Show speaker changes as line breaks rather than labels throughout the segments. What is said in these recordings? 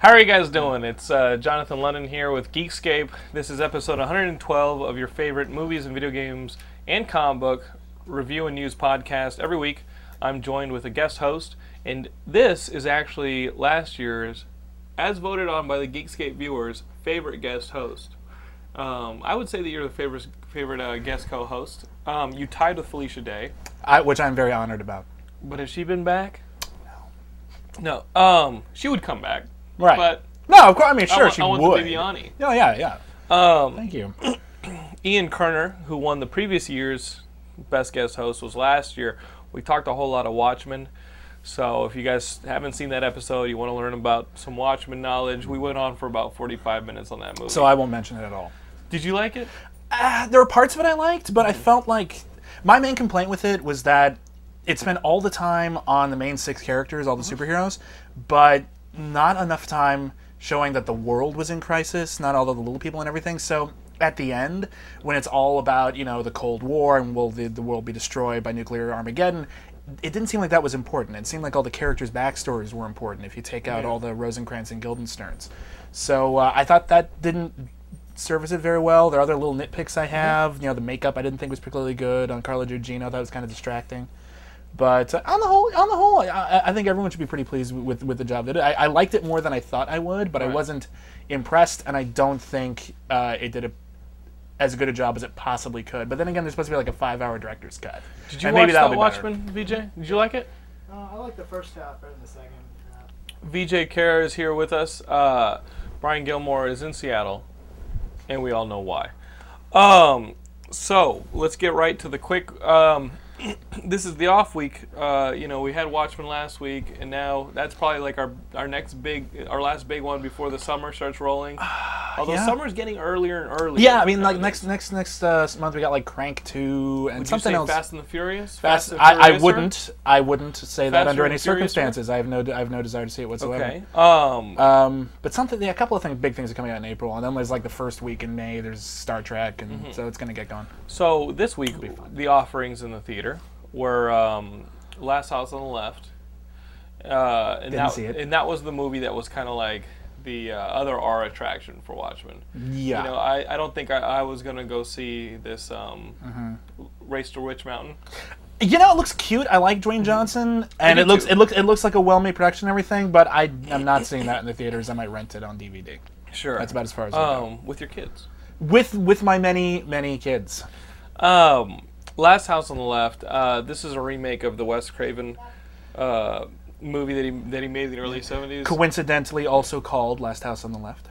How are you guys doing? It's uh, Jonathan London here with Geekscape. This is episode 112 of your favorite movies and video games and comic book review and news podcast. Every week, I'm joined with a guest host, and this is actually last year's, as voted on by the Geekscape viewers, favorite guest host. Um, I would say that you're the favorite favorite uh, guest co-host. Um, you tied with Felicia Day,
I, which I'm very honored about.
but has she been back? No. No. Um, she would come back,
Right.
but
no, of course. I mean, sure,
I want,
she
I want
would.
the Bibiani.
No, yeah, yeah. Um, Thank you.
Ian Kerner, who won the previous year's Best Guest Host, was last year. We talked a whole lot of Watchmen. So if you guys haven't seen that episode, you want to learn about some Watchmen knowledge, we went on for about 45 minutes on that movie.
So I won't mention it at all.
Did you like it?
Ah, there were parts of it I liked, but I felt like my main complaint with it was that it spent all the time on the main six characters, all the superheroes, but not enough time showing that the world was in crisis, not all of the little people and everything. So at the end, when it's all about you know the Cold War and will the, the world be destroyed by nuclear Armageddon. It didn't seem like that was important. It seemed like all the characters' backstories were important. If you take out all the Rosencrantz and Guildensterns, so uh, I thought that didn't service it very well. There are other little nitpicks
Mm-hmm.
I have. You know, the makeup I didn't think was particularly good on Carla Gugino. That was kind of distracting. But uh, on the whole, on the whole, I- I, I think everyone should be pretty pleased with with the job that it- I, I liked it more than I thought I would, but I wasn't impressed, and I don't think uh, it did a, as good a job as it possibly could. But then again, there's supposed to be like a five-hour director's cut.
Did you
and
watch
maybe that'll
that
be better.
Watchmen, VJ? Did you like it?
Uh, I like the first half better than the second. half.
VJ Kerr is here with us. Uh, Brian Gilmore is in Seattle, and we all know why. Um, so let's get right to the quick. Um, this is the off week. Uh, you know, we had Watchmen last week, and now that's probably like our our next big, our last big one before the summer starts rolling. Although
Ah, yeah.
summer's getting earlier and earlier.
Yeah, I mean, like
nowadays.
next next next uh, month we got like Crank Two and
Would you
something
say
else.
Fast and the Furious.
Fast,
and
I, I
Furiouser?
wouldn't. I wouldn't say that
Faster
under
and
any
Furiouser?
circumstances. I have no. I have no desire to see it whatsoever.
Okay. Um,
Um, but something. Yeah, a couple of things. Big things are coming out in April, and then there's like the first week in May. There's Star Trek, and
Mm-hmm.
so it's gonna get going.
So this week, the offerings in the theater were um, Last House on the Left, uh, and,
Didn't
that,
see it.
and that was the movie that was kind of like the uh, other R attraction for Watchmen.
Yeah.
You know, uh, I, I don't think I, I was gonna go see this um,
Mm-hmm.
Race to Witch Mountain.
You know, it looks cute. I like Dwayne Johnson, and
Mm-hmm. do
it looks
too.
it looks it looks like a well-made production and everything. But I am not seeing that in the theaters. I might rent it on DVD.
Sure.
That's about as far as I go.
um, with your kids.
With with my many many kids.
Um, Last House on the Left. Uh, this is a remake of the Wes Craven uh, movie that he that he made in the early seventies.
coincidentally also called Last House on the Left.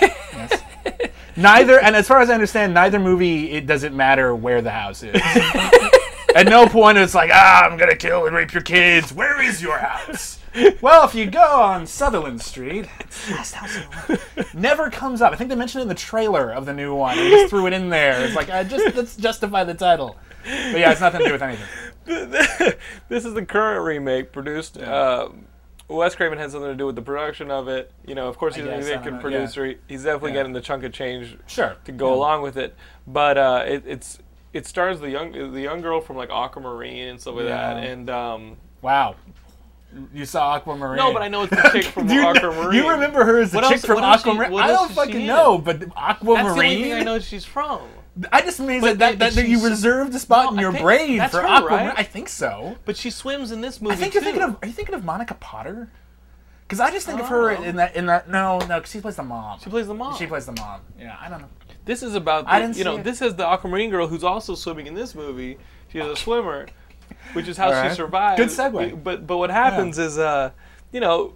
yes. Neither, and as far as I understand, neither movie it doesn't matter where the house is. At no point it's like, ah, I'm gonna kill and rape your kids. Where is your house? well, if you go on Sutherland Street, it's Last House on the Left. never comes up. I think they mentioned it in the trailer of the new one. They just threw it in there. It's like, I just let's justify the title. But yeah, it's nothing to do with anything.
this is the current remake produced. Uh, Wes Craven had something to do with the production of it. You know, of course, he's an
guess, I don't
executive
know, yeah.
producer. He's definitely
Yeah.
getting the chunk of change
Sure.
to go along with it. But uh, it, it's it stars the young the young girl from like Aquamarine and stuff like that.
Yeah.
And um,
Wow. You saw Aquamarine.
no, but I know it's the chick from
Do you,
Aquamarine.
you remember her as the
What
chick
else-
from
what else she-
Aquamarine?
what
I
else
don't
is she
fucking
in?
know, but Aquamarine.
That's the only thing I know she's from.
I just mean
But
that, that, that,
she's-
you reserved a spot
No,
in
I
your
think
brain
that's
for
her,
Aquamarine.
right?
I think so.
But she swims in this movie.
I think you're
too.
thinking of. Are you thinking of Monica Potter? Because I just think of her
Oh.
in that. In that. No, no. Because she plays the mom.
she plays the mom.
She plays the mom. Yeah, I don't know.
This is about the,
I didn't
you know
see it.
this is the aquamarine girl who's also swimming in this movie. She's a swimmer, which is how she
Alright.
survives.
Good segue.
But but what happens is uh, you know,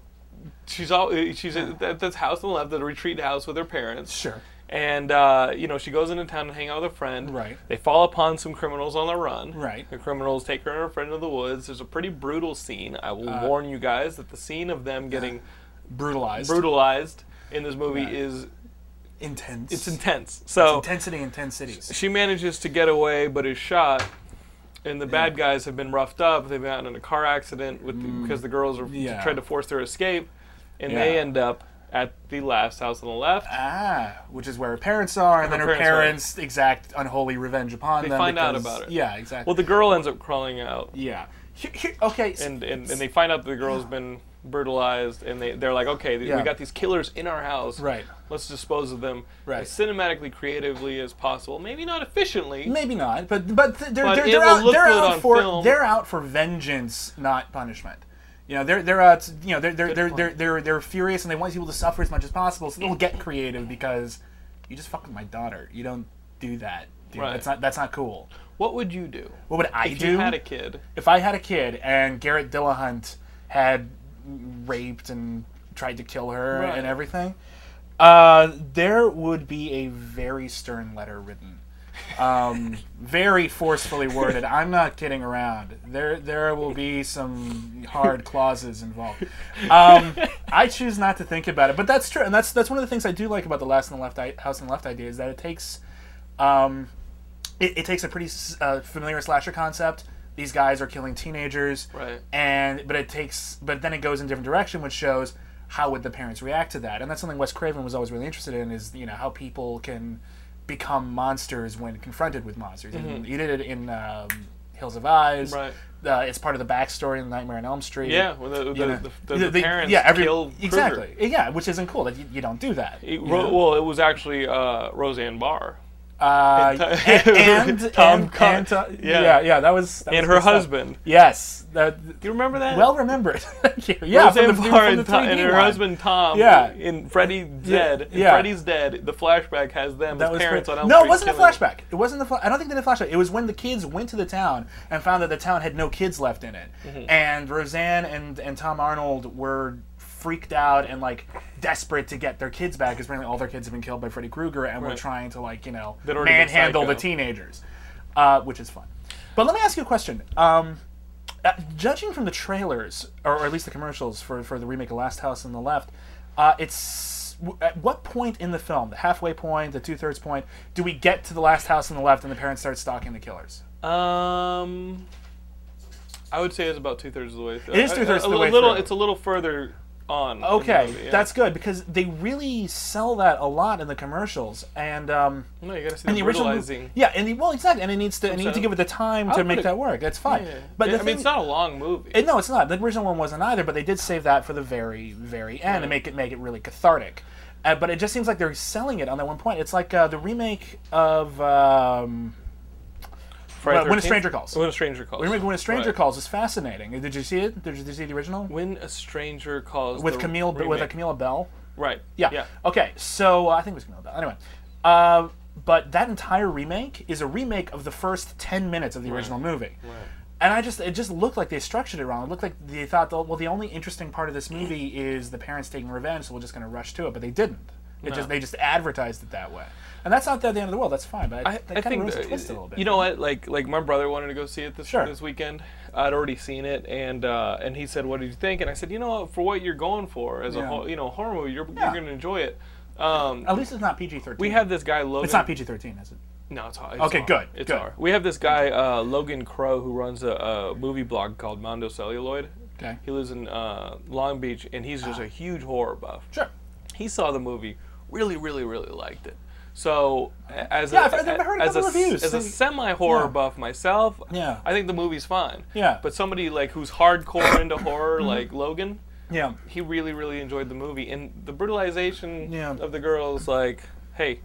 she's all eh, she's at that, that's house on the left, the retreat house with her parents.
Sure.
And uh, you know she goes into town to hang out with a friend.
Right.
They fall upon some criminals on the run.
Right.
The criminals take her and her friend to the woods. There's a pretty brutal scene. I will
Uh,
warn you guys that the scene of them getting
Brutalized.
brutalized in this movie
Right.
is
Intense.
it's Oh. intense. So
Intensity in ten cities.
she manages to get away but is shot and the bad guys have been roughed up they've been out in a car accident with the, because the girls are
Mm. Yeah.
tried to force their escape and they
Yeah.
end up at the last house on the left
Ah, which is where her parents are, and then her
parents
parents,
are.
exact unholy revenge upon
They
them.
find out
because-
about it.
Yeah, exactly.
well the girl ends up crawling out
Yeah. Here- here- okay. s-
and, and and they find out that the girl's been brutalized, and they they're like, okay, th-
Yeah.
we got these killers in our house,
Right.
Let's dispose of them
Right.
as cinematically creatively as possible. Maybe not efficiently.
Maybe not, but but th- they're
But
they're,
it
they're
will
out
look
they're
good
out
on
for
film.
they're out for vengeance, not punishment. You know they're they're out you know they're they're they're,
point.
they're they're they're furious and they want people to suffer as much as possible, so they'll get creative because you just fuck with my daughter. You don't do that. Dude.
Right.
That's not that's not cool.
What would you do
What would I
if
do
you had a kid?
if I had a kid and Garrett Dillahunt had raped and tried to kill her
Right.
and everything? Uh, there would be a very stern letter written, um, very forcefully worded. I'm not kidding around. There, there will be some hard clauses involved. Um, I choose not to think about it, but that's true, and that's that's one of the things I do like about the Last and the Left I- House and the Left idea is that it takes, um, it, it takes a pretty s- uh, familiar slasher concept. These guys are killing teenagers,
Right.
and but it takes but then it goes in a different direction which shows how would the parents react to that and that's something wes craven was always really interested in is you know how people can become monsters when confronted with monsters and he did it in um, hills of eyes
Mm-hmm. Right.
uh, it's part of the backstory in nightmare on elm street
Yeah, well, the, the,
you know.
the, the, the parents
every-
kill Kruger.
exactly yeah which isn't cool that you, you don't do that
It-
you
Ro-
know?
Well, it was actually uh, Roseanne Barr
uh,
and-
and, and
Tom
and,
Con-
and Tom-
yeah.
yeah. yeah that was that
and
was
her
good stuff.
husband.
yes that,
Do you remember that?
well remembered Thank you. yeah from
Roseanne
the- from
Barr
the
and, Tom,
3D
and her
one.
husband Tom.
Yeah.
In Freddy Dead. In
yeah.
Freddy's Dead. The flashback has them as parents on
great.
Elm
No, it
Street
wasn't a
killing-
flashback. It wasn't the. Fl- I don't think they did a flashback. It was when the kids went to the town and found that the town had no kids left in it,
Mm-hmm.
and Roseanne and and Tom Arnold were freaked out and like desperate to get their kids back because apparently all their kids have been killed by Freddy Krueger and we're
Right.
trying to like you know
They'd already been
manhandle the
psycho.
teenagers, uh, which is fun. But let me ask you a question. Um, uh, judging from the trailers, or, or at least the commercials for, for the remake of Last House on the Left, uh, it's w- at what point in the film, the halfway point, the two thirds point, do we get to the Last House on the Left and the parents start stalking the killers?
Um, I would say it's about two thirds of the way through.
It is
A-
two-thirds
a-
of the
a
way
little,
through.
It's a little further on. in the
Okay,
movie, yeah.
that's good because they really sell that a lot in the commercials and um,
No, you gotta see
in
the
the original. mov-
brutalizing.
Yeah, and the, well, exactly, and it needs to it needs to
saying.
give it the time
I
to make
would've-
that work. That's fine,
Yeah.
but
I
the
mean,
thing,
it's not a long movie.
It- no, it's not. The original one wasn't either, but they did save that for the very, very end to make it make it really cathartic. Uh, but it just seems like they're selling it on that one point. It's like uh, the remake of um,
Friday
Well, When a
13th?
Stranger Calls.
When a stranger calls.
remake when a stranger
Right.
calls is fascinating. Did you see it? Did you, did you see the original
When a stranger calls.
with
the
Camille with a
remake.
Camila Bell?
Right.
Yeah.
Yeah.
Okay. So uh, I think it was Camilla Bell. Anyway, uh, but that entire remake is a remake of the first ten minutes of the original movie. And I just it just looked like they structured it wrong. It looked like they thought well the only interesting part of this
Mm.
movie is the parents taking revenge, so we're just going to rush to it. But they didn't. It just they just advertised it that way. And that's not the end of the world. That's fine. But I,
I,
that
I
kind of
think
ruins the
that-
twist a little bit.
You know what? Like like my brother wanted to go see it this
Sure.
this weekend. I'd already seen it, and uh, and he said, "What did you think?" And I said, "You know, what? for what you're going for as a
Yeah.
whole, you know horror movie, you're,
Yeah.
you're going to enjoy it." Um,
At least it's not PG thirteen.
we have this guy Logan.
It's not PG thirteen, is it?
No, it's hard. It's
Okay,
hard.
good,
It's
good.
hard. We have this guy uh, Logan Crow who runs a, a movie blog called Mondo Celluloid.
Okay. Ah.
He lives in uh, Long Beach, and he's just a huge horror buff.
Sure.
He saw the movie, really, really, really liked it. So a- as
Yeah,
a,
I've heard- I've heard a
as
couple reviews.
as a
They-
semi horror
Yeah.
buff myself,
Yeah.
I think the movie's fine.
Yeah. Mm-hmm.
But somebody like who's hardcore into horror, like Logan,
Yeah.
he really, really enjoyed the movie, and the brutalization
Yeah.
of the girls, like, hey.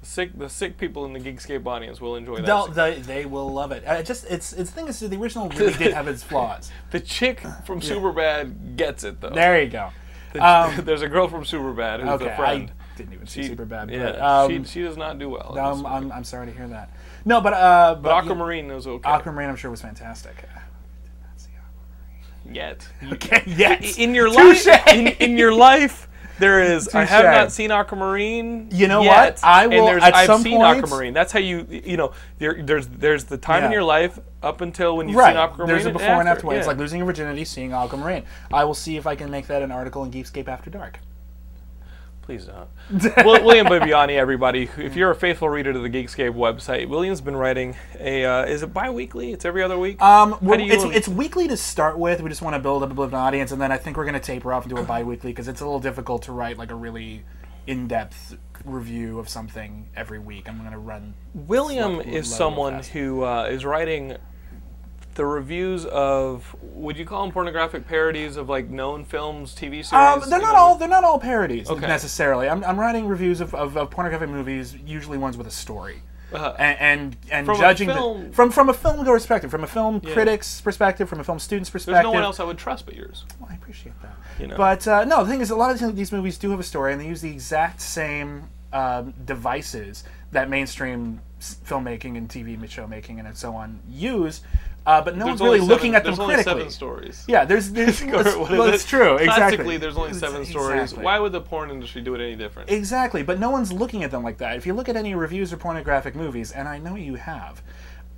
the Sick, the sick people in the Geekscape audience will enjoy that.
They'll, they they will love it. Uh, just it's it's the thing is the original really did have its flaws.
The chick from Superbad gets it though.
There you go.
The-
Um,
there's a girl from Superbad who's
Okay,
a friend.
I didn't even see
She-
super bad.
Yeah,
but, um,
she, she does not do well. in this
um,
movie.
I'm, I'm sorry to hear that. No, but uh,
but
you-
Aquamarine is okay.
Aquamarine, I'm sure was fantastic.
Yet,
Okay, yes.
I- in your
Touche.
life, in, in your life, there is. I have
Touche.
not seen Aquamarine.
You know
yet,
what? I will-
And there's,
at
I've
some
seen
point-
Aquamarine. That's how you. You know, there, there's there's the time in
Yeah.
your life up until when you've seen
Right.
Aquamarine.
There's a before and after.
Yeah.
It's like losing your virginity, seeing Aquamarine. I will see if I can make that an article in Geekscape After Dark.
Please don't. Wil- William Bibiani, everybody. If you're a faithful reader to the Geekscape website, William's been writing a. Uh, is it bi-weekly? It's every other week.
Um, we're-
do you-
it's, it's weekly to start with. We just want to build up a bit of an audience, and then I think we're going to taper off and do a bi-weekly because it's a little difficult to write like a really in-depth review of something every week. I'm going to run.
William
Fluff would
is
love it
someone
fast.
who uh, is writing the reviews of would you call them pornographic parodies of like known films, TV series?
Um, they're
you
not
know?
all they're not all parodies
Okay.
necessarily. I'm, I'm writing reviews of, of, of pornographic movies, usually ones with a story,
Uh-huh.
and and, and
From a
judging the-
film-
from from a film perspective, from a film critic's perspective, from a film student's perspective.
There's no one else I would trust but yours.
Well, I appreciate that.
You know.
But uh, no, the thing is, a lot of times these movies do have a story, and they use the exact same um, devices that mainstream s- filmmaking and TV show making and so on use. Uh, but no
There's
one's really
only
looking
seven-
at them
There's only
critically.
seven stories.
Yeah, there's, there's
Or
that's,
what is
well,
it?
it's true.
Classically,
Exactly.
there's only
It's-
seven stories.
exactly.
Why would the porn industry do it any different?
Exactly, but no one's looking at them like that. If you look at any reviews of pornographic movies, and I know you have,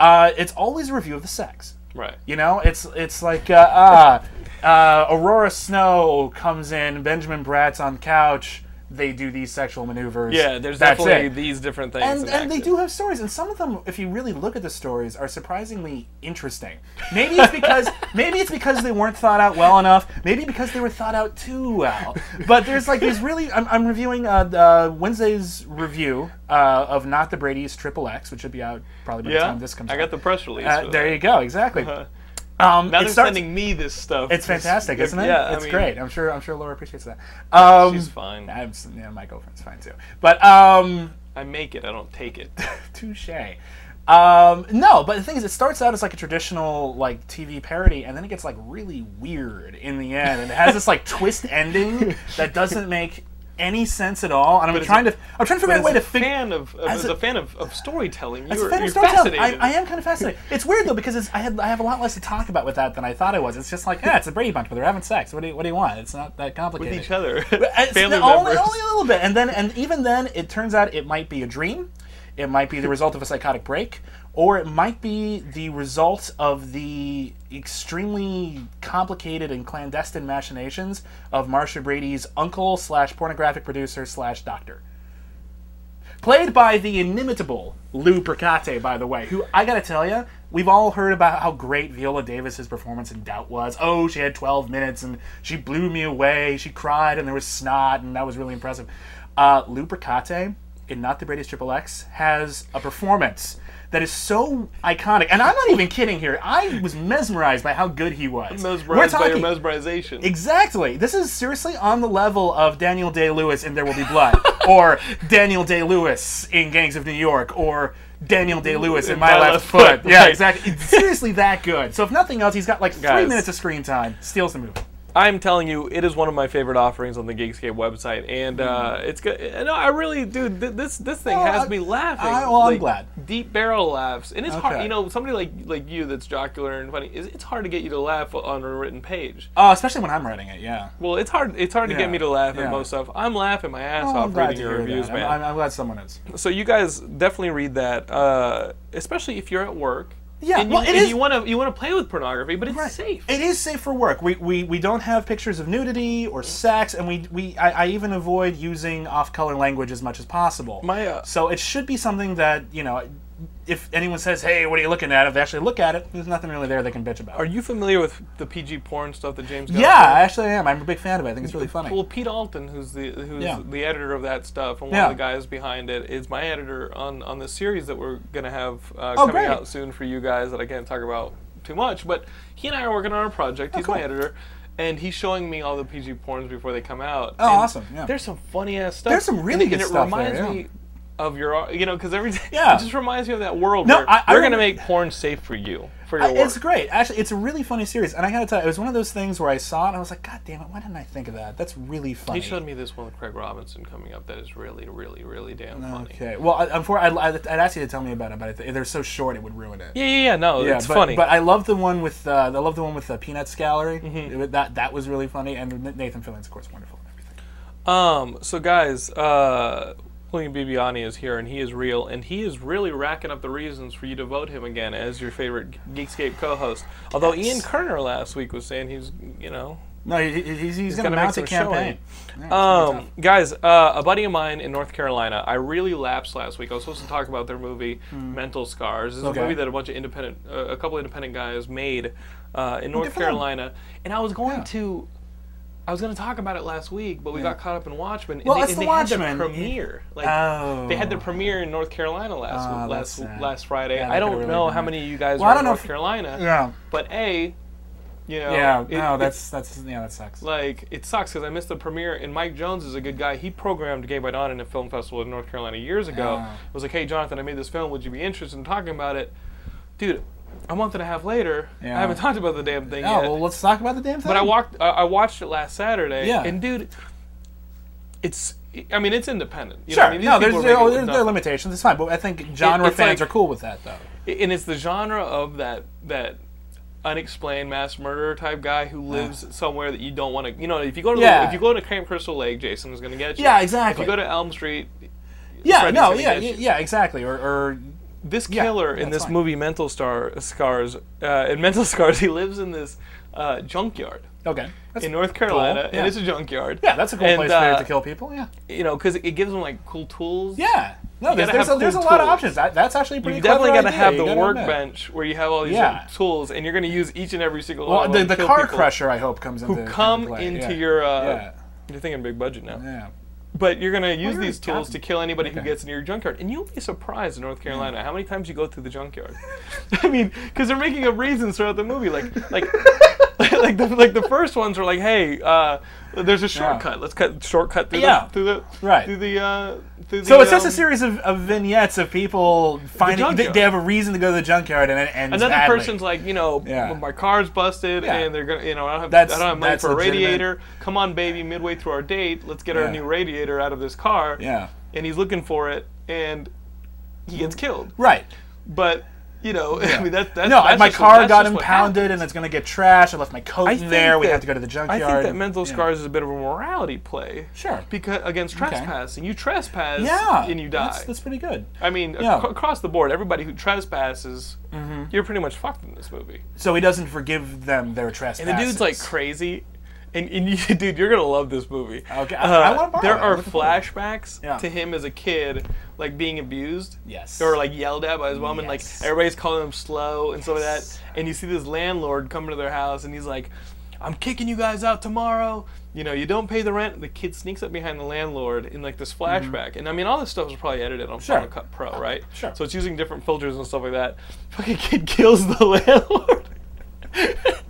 uh, it's always a review of the sex.
right.
You know, it's it's like uh, uh, uh, Aurora Snow comes in, Benjamin Bratt's on couch. They do these sexual maneuvers.
Yeah, there's
That's
definitely
it.
these different things.
And, and they
enacted.
do have stories, and some of them, if you really look at the stories, are surprisingly interesting. Maybe it's because maybe it's because they weren't thought out well enough. Maybe because they were thought out too well. But there's like these really. I'm, I'm reviewing uh, uh, Wednesday's review uh, of Not the Brady's Triple X, which should be out probably by the
Yeah,
time this comes
I
out.
got the press release.
Uh,
for
there
that.
you go. Exactly.
Uh-huh.
Um,
Now
it
they're
starts-
sending me this stuff.
It's fantastic, isn't it?
Yeah, I
it's
mean,
great. I'm sure. I'm sure Laura appreciates that. Um,
She's fine.
I'm, yeah, my girlfriend's fine too. But um,
I make it. I don't take it.
touche. Um, no, but the thing is, it starts out as like a traditional like TV parody, and then it gets like really weird in the end, and it has this like twist ending that doesn't make any sense at all. And I'm
as
trying
a-
to, I'm trying to figure out a way
as a
to figure.
fan of, of
as
as,
a-
a, fan of, of storytelling, you're,
It's a fan
you're
of storytelling. I,
fascinated.
I am kind of fascinated. It's weird though because it's, I had I have a lot less to talk about with that than I thought I was. It's just like yeah, it's a Brady Bunch, but they're having sex. What do you, what do you want? It's not that
with
complicated.
each other,
It's
family
n- only,
members.
only a little bit, and then and even then, it turns out it might be a dream. It might be the result of a psychotic break, or it might be the result of the extremely complicated and clandestine machinations of Marsha Brady's uncle slash pornographic producer slash doctor. Played by the inimitable Lou Percate, by the way, who I gotta tell you, we've all heard about how great Viola Davis's performance in Doubt was. Oh, she had 12 minutes and she blew me away. She cried and there was snot, and that was really impressive. Uh, Lou Percate in Not the Brady's Triple X has a performance that is so iconic, and I'm not even kidding here. I was mesmerized by how good he was.
Mesmerized by your
talking-
mesmerization.
Exactly. This is seriously on the level of Daniel Day Lewis in There Will Be Blood, or Daniel Day Lewis in Gangs of New York, or Daniel Day Lewis in My, Left, Foot. Yeah,
right.
exactly. It's seriously that good. So if nothing else, he's got like three
Guys.
minutes of screen time. Steals the movie.
I'm telling you, it is one of my favorite offerings on the Geekscape website, and uh, it's good. No, I really, dude, th- this this thing
Mm-hmm. Well,
has
I-
me laughing.
I- well, I'm
Like,
glad.
Deep barrel laughs, and it's hard.
Okay.
You know, somebody like like you that's jocular and funny, it's- it's hard to get you to laugh on a written page.
Oh, especially when I'm writing it. Yeah.
Well, it's hard. It's hard to
Yeah,
get me to laugh
yeah.
at most stuff. I'm laughing my ass
Oh,
off reading your
hear
reviews,
that.
man.
I'm, I'm glad someone is.
so you guys definitely read that, uh, especially if you're at work.
Yeah,
and you,
well, it
and
is-
you want to you want to play with pornography, but it's
Right.
safe.
It is safe for work. We, we, we don't have pictures of nudity or sex, and we, we I, I even avoid using off color language as much as possible.
My, uh,
so it should be something that, you know, if anyone says, hey, what are you looking at? If they actually look at it, there's nothing really there they can bitch about.
Are you familiar with the PG porn stuff that James? Gunn
yeah,
does?
I actually am. I'm a big fan of it. I think it's really funny.
Well, Pete Alton, who's the who's
Yeah.
the editor of that stuff, and one
Yeah.
of the guys behind it, is my editor on on the series that we're gonna have uh,
Oh,
coming
great.
out soon for you guys that I can't talk about too much. But he and I are working on a project. He's my
Oh, cool.
editor, and he's showing me all the PG porns before they come out.
Oh,
And
awesome, yeah.
There's some funny ass stuff.
There's some really
and,
good
and it
stuff there,
reminds
yeah.
me of your, you know, because every day
Yeah.
it just reminds me of that world.
No,
where
I- I
we're gonna
remember-
make porn safe for you for
I-
your work.
it's great. Actually, it's a really funny series, and I gotta tell you, it was one of those things where I saw it and I was like, God damn it, why didn't I think of that? That's really funny.
He showed me this one with Craig Robinson coming up that is really, really, really damn funny.
Okay. Well, I, unfortunately, I'd, I'd ask you to tell me about it, but I th- they're so short, it would ruin it.
Yeah, yeah, yeah. No,
Yeah,
it's
but,
funny.
But I love the one with uh, I love the one with the Peanuts Gallery.
Mm-hmm.
It- that that was really funny, and Nathan Fillion's of course wonderful and everything.
um, so guys, uh, William Bibiani is here, and he is real, and he is really racking up the reasons for you to vote him again as your favorite Geekscape co-host. Although
Yes.
Ian Kerner last week was saying he's, you know,
No, he, he- he's, he's going
gonna
to
make
mount a
some showing.
campaign. Yeah, it's gonna be
Um, guys, uh, a buddy of mine in North Carolina, I really lapsed last week. I was supposed to talk about their movie Mental Scars. This is
Hmm. Okay.
a movie that a bunch of independent, uh, a couple independent guys made uh, in North
for them.
Carolina, and I was going
Yeah.
to. I was going to talk about it last week, but we got caught up in Watchmen.
Well,
and
it's
they, and they
the Watchmen.
Had the premiere. Like,
Oh.
They had the premiere in North Carolina last
Ah, that's
last
sad.
last Friday.
Yeah, they
I
could've
don't
really
know
done
how
that.
many of you guys
Well, I
were
don't
in
know
North
if-
Carolina,
Yeah.
but a, you know,
Yeah.
it-
No,
it-
that's that's yeah, that sucks.
like it sucks because I missed the premiere. And Mike Jones is a good guy. He programmed Gay by Dawn in a film festival in North Carolina years ago.
Ah.
It was like, hey, Jonathan, I made this film. Would you be interested in talking about it, dude? A month and a half later,
Yeah.
I haven't talked about the damn thing
Oh
yet.
well, let's talk about the damn thing.
But I walked. I I watched it last Saturday.
Yeah.
And dude, it's. I mean, it's independent. You
Sure.
Know what I mean? These
no, there's
people
there,
make it
oh,
with
there's there are
nothing.
limitations. It's fine, but I think genre
it's
fans
like-
are cool with that though.
and it's the genre of that that unexplained mass murderer type guy who lives somewhere that you don't want to. You know, if you go to
Yeah.
if you go to Camp Crystal Lake, Jason's going to get you.
Yeah,
If
exactly.
you go to Elm Street,
Yeah.
Freddy's
no.
gonna
Yeah.
get
Yeah,
you.
yeah. Exactly. Or, or
this
Yeah,
killer in
that's
this
fine.
movie, Mental Star Scars, uh, in Mental Scars, he lives in this uh, junkyard
okay. That's,
in North Carolina,
yeah.
and it's a junkyard.
yeah. That's a cool
And,
place
uh,
to, to kill people. Yeah.
You know, because it gives him like cool tools.
Yeah. No, there's,
gotta
there's, a,
have
there's a
cool
lot of
tools.
options. That, that's actually a pretty.
You definitely
clever
got to
idea,
have
you
the
gotta admit.
workbench where you have all these
Yeah.
different tools, and you're going to use each and every single
Well,
one. of
the,
them
the
to kill
car
people.
crusher, I hope, comes into
come
into, play.
into
yeah.
your. Uh,
Yeah.
You're thinking big budget now,
Yeah.
but you're gonna use
you're
these
a
tools to
captain.
kill anybody who
Okay. Hmm.
gets near your junkyard, and you'll be surprised in North Carolina how many times you go through the junkyard. I mean, because they're making up reasons throughout the movie, like like like the, like the first ones were like, hey, uh, there's a shortcut. Let's cut shortcut through
Yeah.
the through the
Right.
through the uh, through
So
the,
it's just a
um,
series of, of vignettes of people finding they,
junkyard.
they have a reason to go to the junkyard and it ends
Another
badly.
person's like, you know,
Yeah.
"Well, my car's busted,
Yeah.
and they're gonna, you know, I don't have,
That's-
I don't have money
that's
for a
legitimate.
radiator. Come on, baby, midway through our date, let's get our
Yeah.
new radiator out of this car.
Yeah.
And he's looking for it, and he gets killed.
Right.
But you know, I mean, that, that's
No,
that's
my
just what,
car
that's
got
just what
impounded and it's going to get trashed. I left my coat
I
in
think
there. we
that-
have to go to the
happens.
junkyard.
I think that mental
Yeah.
scars is a bit of a morality play.
Sure.
Because against trespassing, you trespass,
Yeah.
and you die.
That's, that's pretty good.
I mean, ac-
yeah. Mm-hmm.
across the board, everybody who trespasses, you're pretty much fucked in this movie.
So he doesn't forgive them their trespasses.
And the dude's like crazy. And, and you, dude, you're gonna love this movie. Uh,
Okay, I- I wanna borrow
There
it.
are
Look at
flashbacks
Yeah.
to him as a kid, like being abused.
Yes.
Or like yelled at by his mom, and like
Yes.
everybody's calling him slow and some of that.
Yes.
And you see this landlord coming to their house, and he's like, "I'm kicking you guys out tomorrow. You know, you don't pay the rent." The kid sneaks up behind the landlord in like this flashback, and I mean, all this stuff was probably edited on
Mm-hmm. Sure.
Final Cut Pro, right?
Sure.
So it's using different filters and stuff like that. Fucking kid kills the landlord.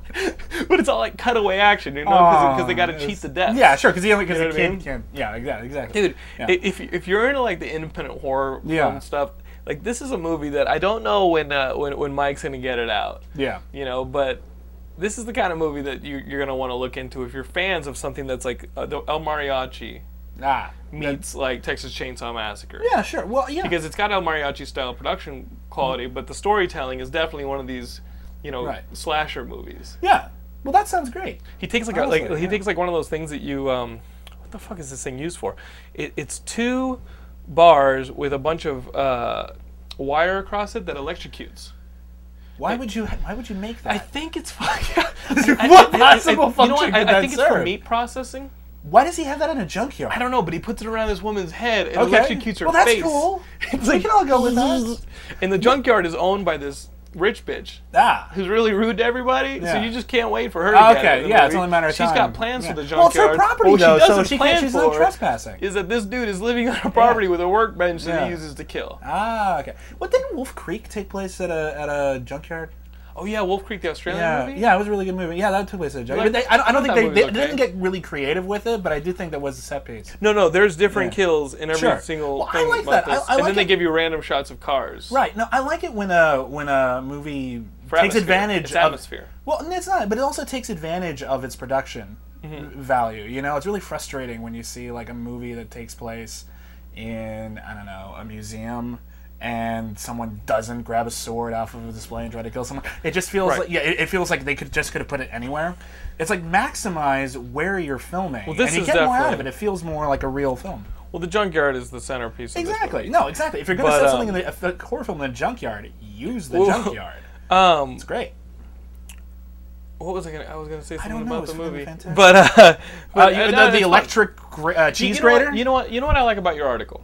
but it's all like cutaway action, you know, because they got to
Aw,
cheat the death.
Yeah, sure, because he only because
You know
the
what I
kid
mean?
can't. Yeah, exactly, exactly.
dude.
Yeah.
i If if you're into like the independent horror
Yeah.
film stuff, like this is a movie that I don't know when uh, when when Mike's gonna get it out.
yeah,
You know, but this is the kind of movie that you, you're gonna want to look into if you're fans of something that's like uh, the El Mariachi
ah,
meets like Texas Chainsaw Massacre.
yeah, sure. Well, yeah,
Because it's got El Mariachi style production quality, but the storytelling is definitely one of these, you know,
Mm-hmm. Right.
slasher movies.
yeah. Well, that sounds great.
He takes like, a, like
Honestly,
he
yeah.
takes like one of those things that you um, what the fuck is this thing used for? It, it's two bars with a bunch of uh, wire across it that electrocutes.
Why would you? Why would you make that?
I think it's fucking.
What possible
You know what?
function
I,
could
I
that
think it's for
serve?
meat processing.
why does he have that in a junkyard?
I don't know, but he puts it around this woman's head and
Okay.
electrocutes her
well, that's
face.
cool. we can all go with that.
And the junkyard is owned by this rich bitch.
Ah.
who's really rude to everybody. So
Yeah. Ah,
you just can't wait for her. To
Okay,
Get out of the
yeah,
movie.
it's only a matter of
She's
time.
got plans for
Yeah.
the
Well,
junkyard.
it's her property,
What she
though, so
doesn't
she can't-
plan
she's not
for
trespassing.
Is that this dude is living on her property with a workbench that
Yeah.
he uses to kill?
Ah, okay. What didn't Wolf Creek take place at a at a junkyard?
Oh yeah, Wolf Creek, the Australian
Yeah,
movie.
yeah, it was a really good movie. Yeah, that took place at a junkyard.
Like,
but they, I don't, I don't
I thought
think they,
that movie
they,
was
they didn't
okay.
get really creative with it, but I do think that was a set piece.
No, no. There's different
Yeah.
kills in every
Sure.
single
Well, I
thing
like
about
that. I-
this,
I
and
like
then they
it.
give you random shots of cars.
Right. No, I like it when a when a movie
For
takes
atmosphere.
advantage
It's
of
atmosphere.
Well, and it's not, but it also takes advantage of its production
Mm-hmm.
value. You know, it's really frustrating when you see like a movie that takes place in I don't know a museum and someone doesn't grab a sword off of a display and try to kill someone. It just feels
Right.
like yeah, it, it feels like they could just could have put it anywhere. It's like maximize where you're filming,
this
and you
is
get more out of
definitely-
it. It feels more like a real film.
Well, the junkyard is the centerpiece. Of
Exactly. No, exactly. If you're going
But,
to set something
um,
in the, a, a horror film in a junkyard, use the
Well,
junkyard.
This movie. Um,
It's great.
what was I gonna? I was gonna say something
don't know,
about
it's
the
really
movie.
fantastic.
But uh,
Uh,
but
you-
uh,
the,
no,
the
it's fun.
electric gra- uh, cheese
you know
grater.
What, you know what? You know what I like about your article,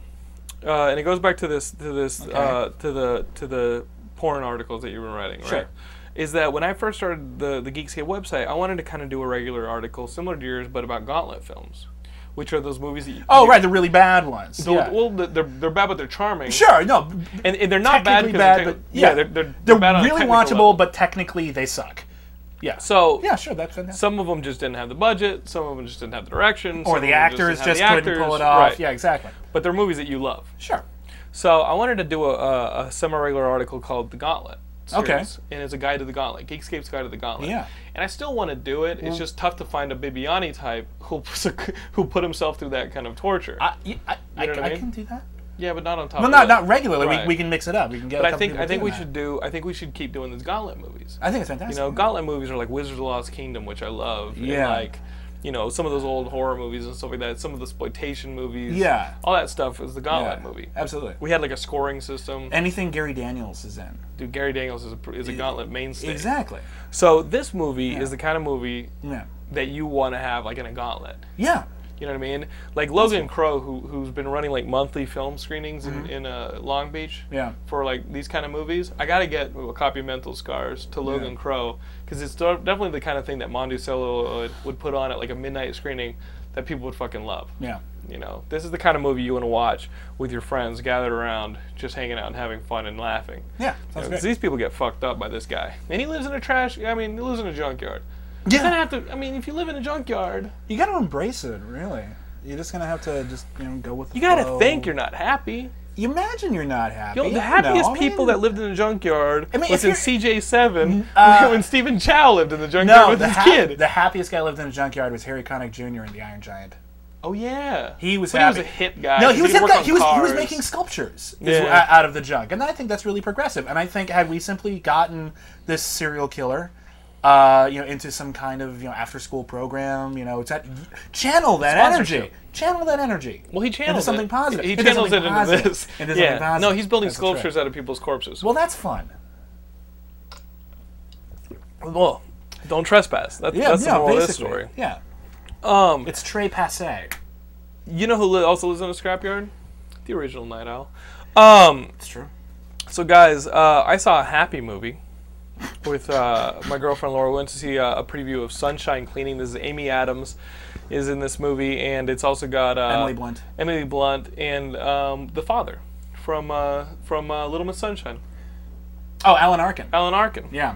uh, and it goes back to this, to this, uh, to the, to the porn articles that you've been writing,
Sure.
right? is that when I first started the the Geekscape website, I wanted to kind of do a regular article similar to yours, but about Gauntlet films, which are those movies that you,
Oh,
you-
right, the really bad ones.
the-
yeah.
well they're they're bad but they're charming
sure, no.
and, and they're not bad
technically
because
bad,
they're
but
techni-
yeah,
they're they're,
They're
bad on a
really
technical
watchable,
level.
but technically they suck. Yeah.
so
yeah, sure, that's fantastic.
some of them just didn't have the budget, some of them just didn't have the direction, some
or
of
the
them
actors
didn't have
just,
the
couldn't pull
actors,
it off.
right.
Yeah, exactly.
but they're movies that you love.
Sure.
So I wanted to do a, a, a semi-regular article called "The Gauntlet." Series,
Okay.
And it's a guide to the Gauntlet, Geekscape's guide to the Gauntlet.
Yeah.
And I still want to do it. It's just tough to find a Bibiani type who who put himself through that kind of torture.
I, y- I- I-
know what I
I
mean?
can do that.
yeah, but not on top.
Well,
of
not
that.
not regularly.
Right.
We, we can mix it up. We can get. a
But I
couple
think
people
I think
doing
we
that.
should do. I think we should keep doing these Gauntlet movies.
I think it's
You
fantastic.
know, Gauntlet movies are like Wizards of the Lost Kingdom, which I love. and,
Yeah.
like, you know, some of those old horror movies and stuff like that. Some of the exploitation movies.
Yeah.
All that stuff is the Gauntlet
Yeah,
movie.
Absolutely.
We had like a scoring system.
Anything Gary Daniels is in.
Dude, Gary Daniels is a, pr- is a Gauntlet mainstay.
Exactly.
So this movie is the kind of movie
Yeah.
that you want to have like in a Gauntlet.
Yeah.
You know what I mean? Like Logan Crow, who who's been running like monthly film screenings in, in uh, Long Beach.
Mm-hmm. Yeah.
For like these kind of movies, I gotta get a copy of Mental Scars to Logan Crow because it's de- definitely the kind of thing that Monticello would, would put on at like a midnight screening that people would fucking love.
Yeah.
You know, this is the kind of movie you want to watch with your friends gathered around, just hanging out and having fun and laughing. You
Yeah.
know,
Sounds
'cause
great.
these people get fucked up by this guy, and he lives in a trash. I mean, he lives in a junkyard. You're gonna
Yeah.
have to. I mean, if you live in a junkyard,
You got to embrace it, really. You're just gonna have to just you know go with. The
you gotta
flow.
think you're not happy.
You imagine you're not happy.
Yo,
I
the
don't
happiest
know. I
people
mean,
that lived in the junkyard
I mean,
was in
if
CJ7
uh,
when Stephen Chow lived in the junkyard
No,
with
the,
his
hap-
kid.
the happiest guy lived in a junkyard was Harry Connick Jr. in The Iron Giant.
oh yeah,
He was
But
happy.
He was a hip guy.
No, he was
could
that
work
guy.
on
He was, he was
cars.
making sculptures is-
Yeah.
o- out of the junk, and I think that's really progressive. And I think had we simply gotten this serial killer, uh, you know, into some kind of you know after school program, you know, it's at, channel that
Sponsorship.
energy, channel that energy.
Well, he channels
into something
it.
positive.
He
Into
channels it
something
into
positive.
this.
Into something
yeah. No,
positive.
he's building
That's what's right.
sculptures out of people's corpses.
Well, that's fun.
Well, don't trespass. That,
Yeah,
that's
yeah,
the moral of this
basically.
story.
Yeah,
Um,
it's très passé.
you know who li- also lives in a scrapyard? The original Night Owl. Um,
It's true.
so guys, uh, I saw a happy movie with uh, my girlfriend Laura. We went to see uh, a preview of Sunshine Cleaning. This is Amy Adams is in this movie, and it's also got uh,
Emily Blunt.
Emily Blunt, and um, the father from uh, from uh, Little Miss Sunshine,
Oh, Alan Arkin.
Alan Arkin
Yeah. I-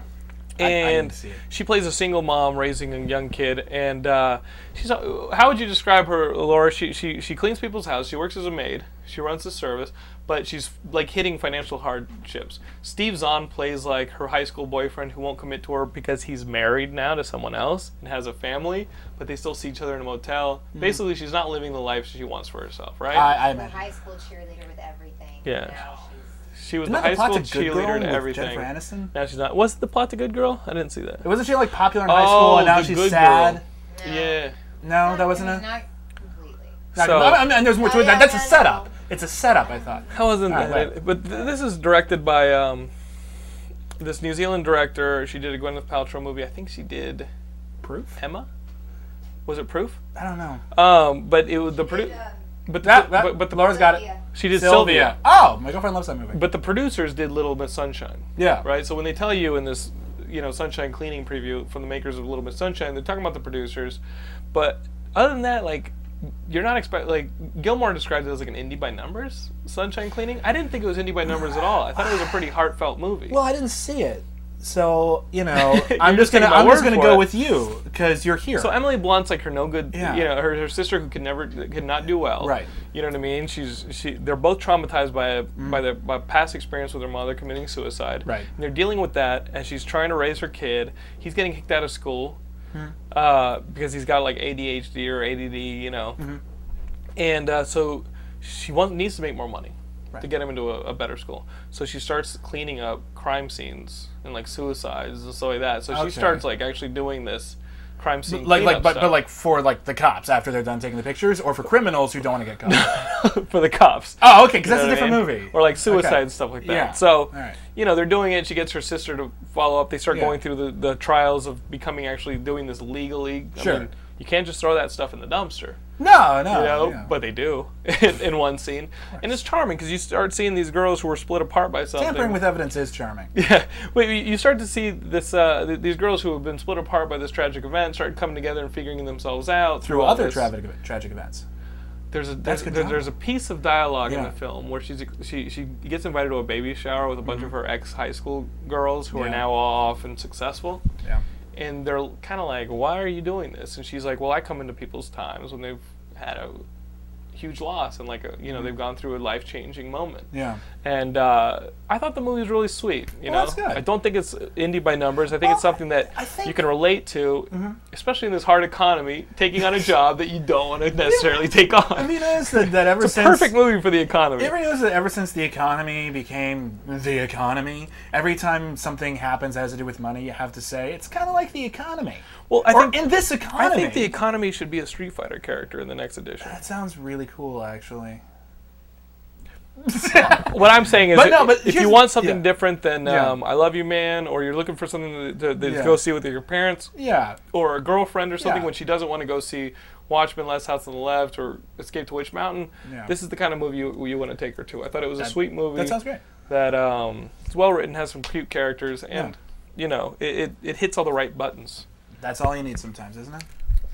I didn't
and
see it.
she plays a single mom raising a young kid. And uh, she's how would you describe her, Laura? She, she she cleans people's house. She works as a maid. She runs the service, but she's like hitting financial hardships. Steve Zahn plays like her high school boyfriend who won't commit to her because he's married now to someone else and has a family, but they still see each other in a motel. Basically, she's not living the life she wants for herself, right?
Mm-hmm. I, I
a
imagine.
high school cheerleader with everything.
Yeah.
Now she's
she was
Isn't
the
that
high
the plot
school
to Good Girl
cheerleader
with
and everything.
Jennifer Aniston?
Now she's not. Was the plot to Good Girl? I didn't see that.
Wasn't she like popular in high school
Oh,
and now
the
she's
good
sad?
girl.
No.
Yeah.
No, that
I
wasn't
mean,
a.
Not completely.
Not,
So-
I mean, there's more to
Oh,
it. That,
yeah,
that's a
yeah,
setup.
no.
It's a setup. I thought.
How wasn't
All
that?
right.
But th- this is directed by um, this New Zealand director. She did a Gwyneth Paltrow movie. I think she did
Proof?
Emma. Was it Proof?
I don't know.
Um, but it was the produ-
Yeah.
but the,
That, that,
but, but the
Laura's got it.
Sophia.
she did
Sylvia.
Sylvia.
Oh, my girlfriend loves that movie.
But the producers did Little Miss Sunshine.
yeah.
Right. So when they tell you in this, you know, Sunshine cleaning preview from the makers of Little Miss Sunshine, they're talking about the producers. But other than that, like. You're not expect like Gilmore described it as like an indie by numbers sunshine cleaning. I didn't think it was indie by numbers at all. I thought it was a pretty heartfelt movie.
Well, I didn't see it, so you know,
You're
I'm
just
just gonna
taking my
I'm just
word
gonna
for
go
it.
with you because you're here.
So Emily Blunt's like her no good,
Yeah.
you know, her, her sister who could never, could not do well.
Right.
You know what I mean? She's she. They're both traumatized by a, by their by past experience with their mother committing suicide.
Mm. Right.
And they're dealing with that, and she's trying to raise her kid. He's getting kicked out of school
Hmm.
uh, because he's got like ADHD or ADD, you know.
Mm-hmm.
And uh, so she wants, needs to make more money to
Right.
get him into a, a better school. So she starts cleaning up crime scenes and like suicides and stuff like that. So she
Okay.
starts like actually doing this crime scene
like like
cleanup
but, but
stuff
like for like the cops after they're done taking the pictures, or for criminals who don't want to get caught.
for the cops.
oh, okay, because
You know
that's a
what I
different
mean?
movie.
Or like suicide
Okay.
and stuff like that.
Yeah.
So,
Alright.
you know, they're doing it. She gets her sister to follow up. They start
Yeah.
going through the, the trials of becoming actually doing this legally. I
Sure.
mean, You can't just throw that stuff in the dumpster,
No, no.
you know.
yeah.
But they do in, in one scene, and it's charming because you start seeing these girls who were split apart by something.
tampering with evidence is charming.
Yeah, but you- you start to see this. Uh, th- these girls who have been split apart by this tragic event start coming together and figuring themselves out
Through
all
other
this.
tragic tragic events.
There's a there's,
good
there-
job.
there's a piece of dialogue in
Yeah.
the film where she's she she gets invited to a baby shower with a bunch of her ex high school girls who are
Mm-hmm. Yeah.
now all off and successful,
Yeah.
and they're kind of like, "Why are you doing this?" And she's like, "Well, I come into people's times when they've had a huge loss and like a, you know
Mm-hmm.
they've gone through a life changing moment."
Yeah.
and uh, I thought the movie was really sweet. You
Well,
know,
that's good.
I don't think it's uh, indie by numbers. I think it's
Well,
something that
I think- Mm-hmm.
you can relate to, especially in this hard economy, taking on a job that you don't want to necessarily take on.
I mean, it's that, that ever
it's a
since
perfect movie for the economy.
Everybody knows that ever since the economy became the economy, every time something happens that has to do with money, you have to say it's kind of like the economy.
well, I
or
think
in this
I
economy,
think the economy should be a Street Fighter character in the next edition.
that sounds really cool, actually.
What I'm saying is,
But no, but
if
here's-
you want something
yeah.
different than
Yeah.
um, "I Love You, Man," or you're looking for something to, to, to
Yeah.
go see with your parents,
Yeah,
or a girlfriend or something
Yeah.
when she doesn't want to go see Watchmen, Last House on the Left, or Escape to Witch Mountain.
Yeah.
This is the kind of movie you, you want to take her to. I thought it was a
That-
sweet movie.
that sounds great.
That um, it's well written, has some cute characters, and you know it, it, it hits all the right buttons.
That's all you need sometimes, isn't it?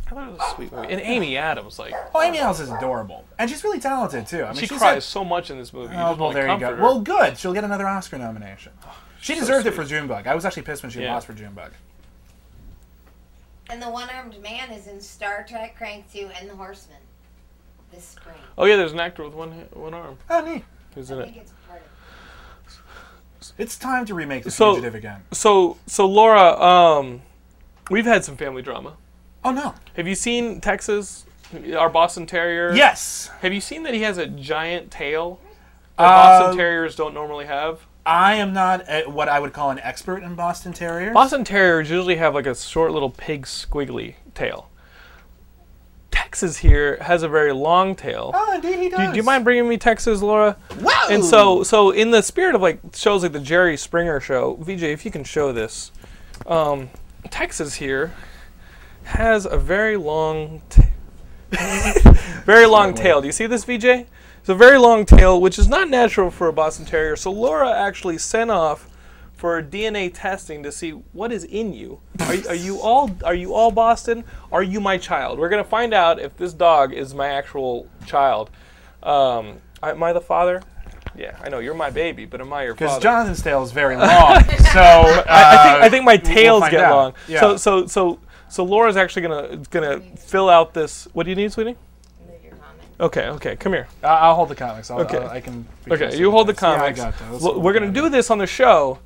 I thought it was a sweet movie. And Amy Adams, like
Oh, Amy Alice is adorable, and she's really talented too. I mean,
she
she's
cries
had-
so much in this movie.
Oh,
just
well,
wanna
there you go.
comfort her.
Well, good. She'll get another Oscar nomination. She
Oh, so
deserved it
sweet.
for Junebug. I was actually pissed when she
Yeah.
lost for Junebug.
And the one-armed man is in Star Trek: Crank Two and the Horseman this spring.
oh yeah, there's an actor with one ha- one arm
Oh, neat.
who's
I
in
think
it.
it's part of.
It's time to remake The
So-
Fugitive again.
So so Laura, um, we've had some family drama.
Oh no.
Have you seen Texas? Our Boston Terrier.
Yes.
Have you seen that he has a giant tail that
Uh,
Boston Terriers don't normally have?
I am not a, what I would call an expert in Boston Terriers.
Boston Terriers usually have like a short little pig squiggly tail. Texas here has a very long tail.
Oh, indeed he
Do,
does.
you- do you mind bringing me Texas, Laura?
Whoa!
And so, so in the spirit of like shows like the Jerry Springer show, VJ, if you can show this, um, Texas here has a very long, t- very long tail. Do you see this, VJ? It's a very long tail, which is not natural for a Boston Terrier. So Laura actually sent off for DNA testing to see what is in you. Are, you- are you all are you all Boston? Are you my child? We're gonna find out if this dog is my actual child. Um, am I the father? Yeah, I know you're my baby, but am I your
Because
father?
Jonathan's tail is very long, so uh,
I think, I think my
we'll
tails
find
get
out.
long.
Yeah.
So so so so Laura's actually gonna gonna fill out this. What do you need, sweetie?
Move your comment.
Okay, okay, come here.
I- I'll hold the comics. I'll,
Okay.
I'll- i can. we can
Okay,
see
you hold the
this. Yeah, I
comics.
got that. Let's
Well,
hold
We're
the
gonna do
comics.
this on the show.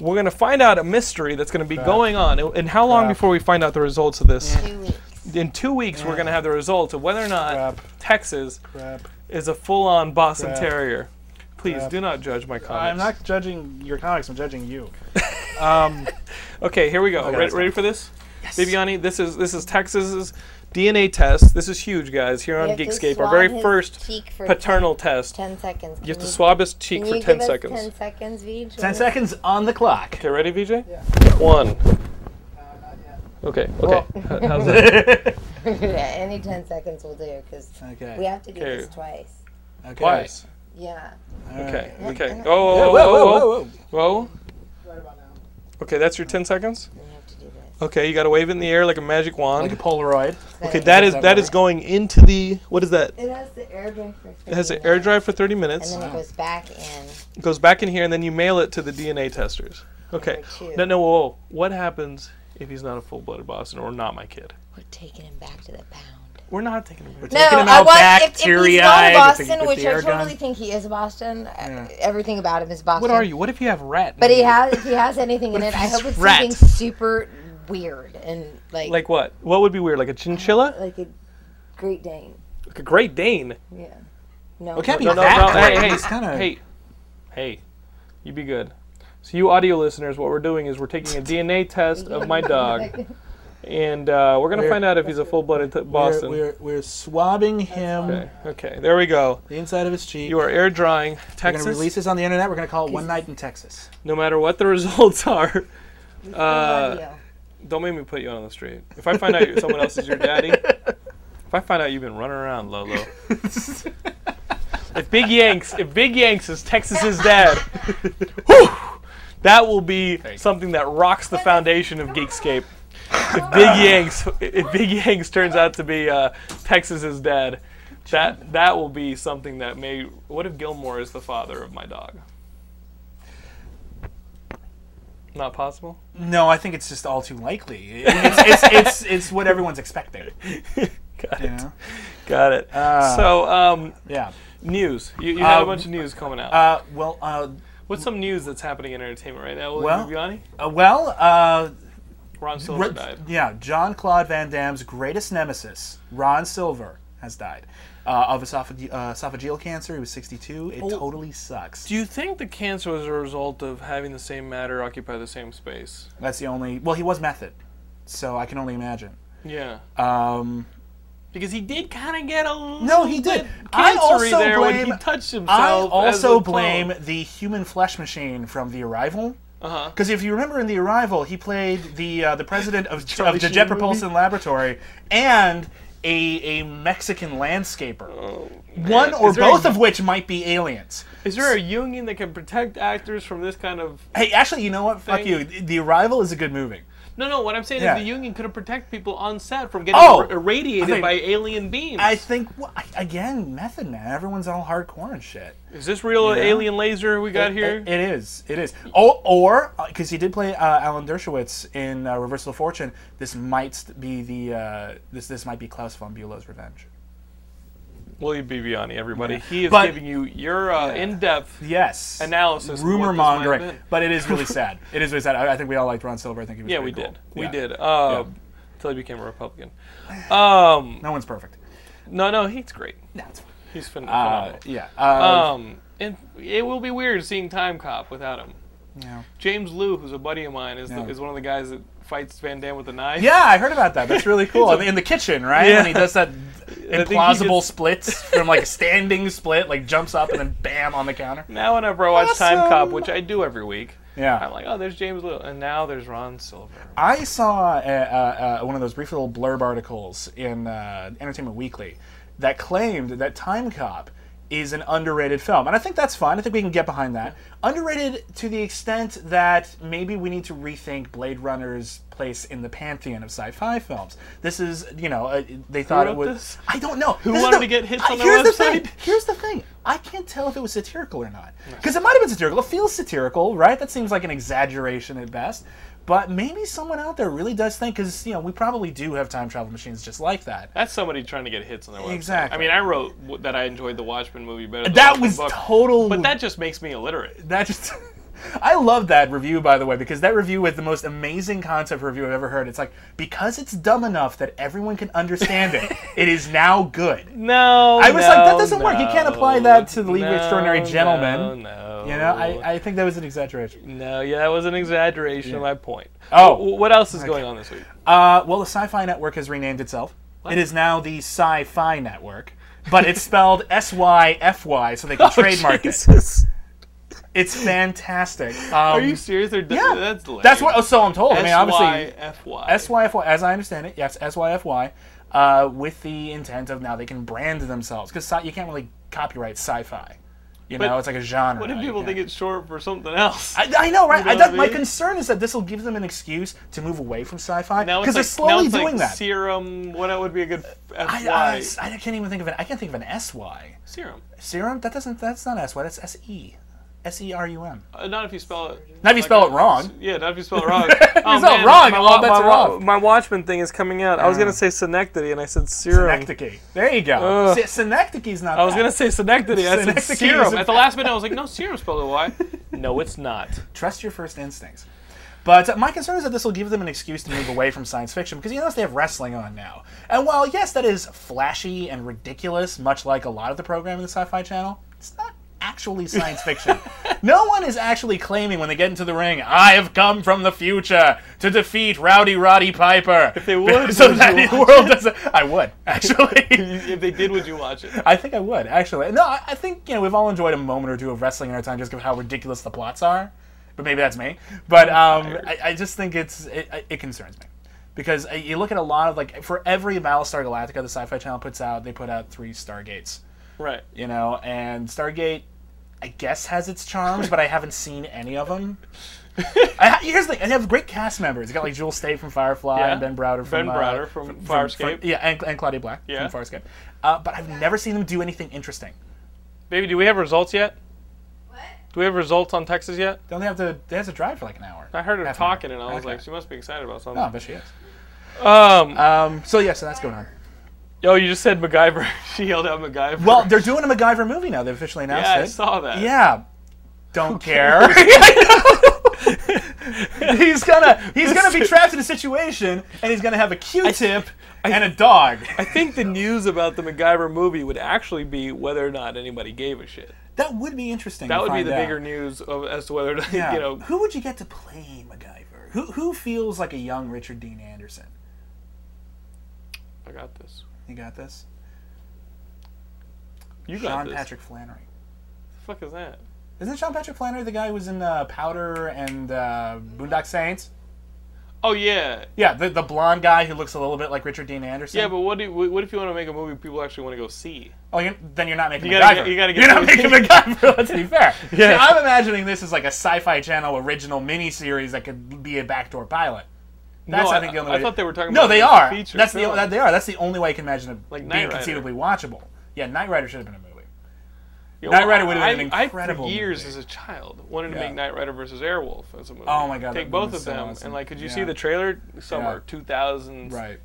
We're gonna find out a mystery that's gonna be going on, and- and how long
Crap.
before we find out the results of this?
Two weeks.
In two weeks, we're gonna have the results of whether or not
Crap.
Texas
Crap.
is a full-on Boston
Crap.
Terrier. Please
Crap.
do not judge my comments.
I'm not judging your comics. I'm judging you. Um,
Okay, here we go.
Okay,
ready,
let's
ready for this? Yes. Bibiani, this is this is Texas's DNA test. This is huge, guys. Here on Geekscape, our very first
cheek for
paternal test.
Ten seconds. Can
You have to
you-
swab his cheek
can
for
you
ten
give us
seconds.
Ten seconds, Vij.
Ten seconds on the clock.
Okay, ready, VJ?
Yeah.
One.
No, not yet.
Okay. Okay. H- How's that?
okay.
Any ten seconds will do, because we have to do
Okay.
this twice.
Twice.
Yeah.
Okay.
Yeah,
Okay.
and-
Oh, oh,
Whoa,
oh,
whoa,
oh,
whoa,
oh.
whoa.
Whoa.
Right about now.
Okay, that's your ten seconds.
We have to do this.
Okay, you got to wave it in the air like a magic
Like a
wand.
Polaroid.
Okay, that is that is going into the what is that?
It has the air dry for.
It has an air dry for 30 minutes.
And then it goes back in.
It goes back in here, and then you mail it to the DNA testers. Okay.
Number two.
No, no, whoa, whoa. What happens if he's not a full-blooded Boston or not my kid?
We're taking him back to the pound.
We're not taking him.
No,
Taking him
I
out
want
back,
if, if he's not
teary-eyed
a
with the-
Boston,
with
which
the
I
air gun.
totally think he is Boston. uh,
Yeah.
Everything about him is Boston.
What are you? What if you have rat? in
But he
you?
has if he has anything
What
in
if
it. I
he's
hope it's
rat?
something super weird and like
Like what? What would be weird? Like a chinchilla?
like a Great Dane.
Like a Great Dane?
Yeah. No.
It can't be
No, no,
that
no. Hey,
great.
hey,
It's kinda-
hey, hey. You be good. So you audio listeners, what we're doing is we're taking a DNA test of my dog, and uh, we're gonna
We're-
find out if he's a full-blooded t- Boston.
We're, we're, we're swabbing him
Okay. Okay. There we go.
the inside of his cheek.
You are air drying
we're going
Texas.
to release this on the internet. We're going to call it One Night in Texas.
No matter what the results are.
We
uh,
still love you.
Don't make me put you out on the street. If I find out someone else is your daddy, if I find out you've been running around, Lolo. if Big Yanks, if Big Yanks is Texas's dad, whew, that will be
you go.
something that rocks the foundation of Geekscape. If Big Yanks, if Big Yanks turns out to be uh, Texas's dad, that that will be something that may. What if Gilmore is the father of my dog? Not possible.
No, I think it's just all too likely. It's, it's, it's, it's what everyone's expecting.
Got
You
it.
know?
Got it.
Ah.
so, um,
Yeah.
news. You, you had a
Um,
bunch of news coming out.
Uh, well, uh,
What's some news that's happening in entertainment right now?
well-
Giuliani?
uh, well, uh,
Ron Silver
Ro-
died.
yeah, John Claude Van Damme's greatest nemesis, Ron Silver, has died uh, of esophage- uh, esophageal cancer. He was 62. It totally sucks.
Do you think the cancer was a result of having the same matter occupy the same space?
That's the only. Well, he was method, so I can only imagine.
Yeah.
Um,
because he did kind of get a little
No, he did.
bit
I
cancery
also
there when he
blame-
touched himself.
I
as a
also
clone.
blame the human flesh machine from The Arrival.
Uh-huh.
Because if you remember in The Arrival, he played the uh, the president of, of
Charlie
the
Sheen
Jet
movie?
Propulsion Laboratory and a, a Mexican landscaper.
Oh,
One
man.
or
Is there a-
both of which might be aliens.
Is there a union that can protect actors from this kind of?
Hey, actually, you know what? Fuck
Thing.
you. The Arrival is a good movie.
No, no. What I'm saying
Yeah.
is the union couldn't protect people on set from getting
Oh!
ir- irradiated
I think-
by alien beams.
I think well, I- again, Method Man. Everyone's all hardcore and shit.
is this real alien laser we got here?
It- it is. It is. Oh, or because he did play uh, Alan Dershowitz in uh, Reversal of Fortune, this might st- be the uh, this this might be Klaus von Bülow's revenge.
William Bibiani, everybody. He is
But-
giving you your uh, in-depth
Yes.
analysis. of what
Rumor
this might have
mongering,
been.
but it is really sad. It is really sad. I, I think we all liked Ron Silver. I think he was.
Yeah, we
pretty cool.
did. We
Yeah.
did. Uh, Until he became a Republican. Um,
No one's perfect.
no, no, he's great.
No, it's fine.
He's phen-
Uh,
phenomenal.
yeah. Uh,
um, and it will be weird seeing Time Cop without him.
yeah.
James Liu, who's a buddy of mine, is,
Yeah.
the, is one of the guys that fights Van Damme with a knife.
Yeah, I heard about that. That's really cool. in the kitchen, right?
Yeah.
And he does that
think he
implausible
just-
splits from like a standing split, like jumps up and then bam on the counter.
Now whenever I watch Time
Awesome.
Cop, which I do every week,
Yeah.
I'm like, oh, there's James Liu, and now there's Ron Silver.
I saw uh, uh, uh, one of those brief little blurb articles in uh, Entertainment Weekly that claimed that Time Cop is an underrated film, and I think that's fine. I think we can get behind that. Underrated to the extent that maybe we need to rethink Blade Runner's place in the pantheon of sci-fi films. This is, you know, uh, they thought
wrote
it was.
this?
I don't know. Who
wanted to get hits on their
here's The
website?
thing. Here's the thing. I can't tell if it was satirical or not. Because it might have been satirical. It feels satirical, right? That seems like an exaggeration at best. But maybe someone out there really does think, because, you know, we probably do have time travel machines just like that.
That's somebody trying to get hits on their website.
Exactly.
I mean, I wrote w- that I enjoyed the Watchmen movie better. Than
That
the
was
book,
total.
But that just makes me illiterate.
that just. I love that review, by the way, because that review was the most amazing concept review I've ever heard. It's like, because it's dumb enough that everyone can understand it, it is now good.
No,
I was like,
no,
that doesn't work. You can't apply that to the League of
no,
Extraordinary
no,
Gentlemen.
No,
You know, I, I think that was an exaggeration.
no, yeah, that was an exaggeration of
Yeah.
my point.
Oh.
W- what else is going on this week?
Uh, well, the Sci Fi Network has renamed itself. It is now the Sci Fi Network, but it's spelled S Y F Y so they can trademark it.
Oh, Jesus.
It's fantastic. Um,
Are you serious? They're d-
yeah.
that's lame.
That's what. Oh, so I'm told. I mean, obviously,
SYFY.
S Y F Y, as I understand it, yes, S Y F Y, uh, with the intent of now they can brand themselves because sci- you can't really copyright sci-fi. You
But
know, it's like a genre.
What if
You
people
can't-
think it's short for something else?
I, I know, right?
You know
I, that,
what I
My
mean?
concern is that this will give them an excuse to move away from sci-fi
Now
because
it's
they're
like- now
slowly
it's like
doing that.
Serum. What would be a good
I,
FY?
I, I can't even think of an. I can't think of an SY.
serum.
Serum? That doesn't. That's not SY. That's SE. S E R U M.
Uh, not if you spell it.
Now if you spell it wrong.
Yeah, not if you spell it wrong. Oh,
You spell it wrong,
My,
all
wa-
bets
my,
are
wa-
off.
my Watchmen thing is coming out. I was gonna say synecdoche, and I said serum.
Synecdoche. There you go.
Ugh.
Se- Synecdoche's not.
I was
bad.
gonna say synecdoche. I said
Synecdoche is
serum.
a-
At the last minute, I was like, no, serum spelled with a Y. no, it's not.
trust your first instincts. But uh, my concern is that this will give them an excuse to move away from science fiction because you notice they have wrestling on now. And while yes, that is flashy and ridiculous, much like a lot of the programming in the Sci-Fi Channel, it's not actually science fiction. no one is actually claiming when they get into the ring, "I have come from the future to defeat Rowdy Roddy Piper." If
they would,
so
would
that
you
the world doesn't. I would actually.
If they did, would you watch it?
I think I would actually. No, I, I think you know we've all enjoyed a moment or two of wrestling in our time, just because of how ridiculous the plots are. But maybe that's me. But um, I, I just think it's it, it concerns me. because uh, you look at a lot of like for every Battlestar Galactica the Sci-Fi Channel puts out, they put out three Stargates.
Right.
You know, and Stargate, I guess has its charms, but I haven't seen any of them. I, ha- here's the thing: I have great cast members. You got like Jules State from Firefly
Yeah.
and Ben Browder from
Ben
uh,
Browder from Farscape.
yeah, and, and Claudia Black
Yeah.
from Farscape. Uh, but I've never seen them do anything interesting.
Baby, do we have results yet?
What?
Do we have results on Texas yet?
They only have to they have to drive for like an hour.
I heard her
Half an hour.
talking, and I was
Okay.
like, she must be excited about
No,
something.
but she is.
Um,
Um, so yeah, so that's going on.
yo, you just said MacGyver. she yelled out MacGyver.
Well, they're doing a MacGyver movie now. They've officially announced
yeah,
it.
I saw that.
Yeah. Don't care. he's gonna he's gonna be trapped in a situation and he's gonna have a Q-tip and a dog.
I think the news about the MacGyver movie would actually be whether or not anybody gave a shit.
That would be interesting.
That
to
would be
find
the
out.
bigger news of, as to whether, or not,
Yeah.
you know,
Who would you get to play MacGyver? Who who feels like a young Richard Dean Anderson?
I got this.
You got this.
You got
Sean
this.
Patrick Flannery.
The fuck is that?
Isn't Sean Patrick Flannery the guy who was in uh, Powder and uh, Boondock Saints?
Oh yeah,
Yeah, the, the blonde guy who looks a little bit like Richard Dean Anderson.
yeah. But what do you, what if you want to make a movie people actually want to go see?
Oh, you're, then you're not making
You
MacGyver.
gotta get- you gotta get
are not
to-
making MacGyver. Let's be fair.
Yeah.
See, I'm imagining this as like a Sci-Fi Channel original miniseries that could be a backdoor pilot. That's
No,
I think the only.
I
way.
thought they were talking
No,
about
they
it as a
are.
feature
That's the
film.
that they are. That's the only way I can imagine it
Like Knight
being
Rider.
conceivably watchable. Yeah, Knight Rider should have been a movie.
Yeah,
Knight Rider would've been
I-
an
I,
incredible
for years
movie.
as a child, wanted to
Yeah.
make Knight Rider versus Airwolf as a movie.
Oh my God, that
Take
would've
both
been
of
so
them
awesome.
and like, could you see
Yeah.
the trailer summer 2002,
Right.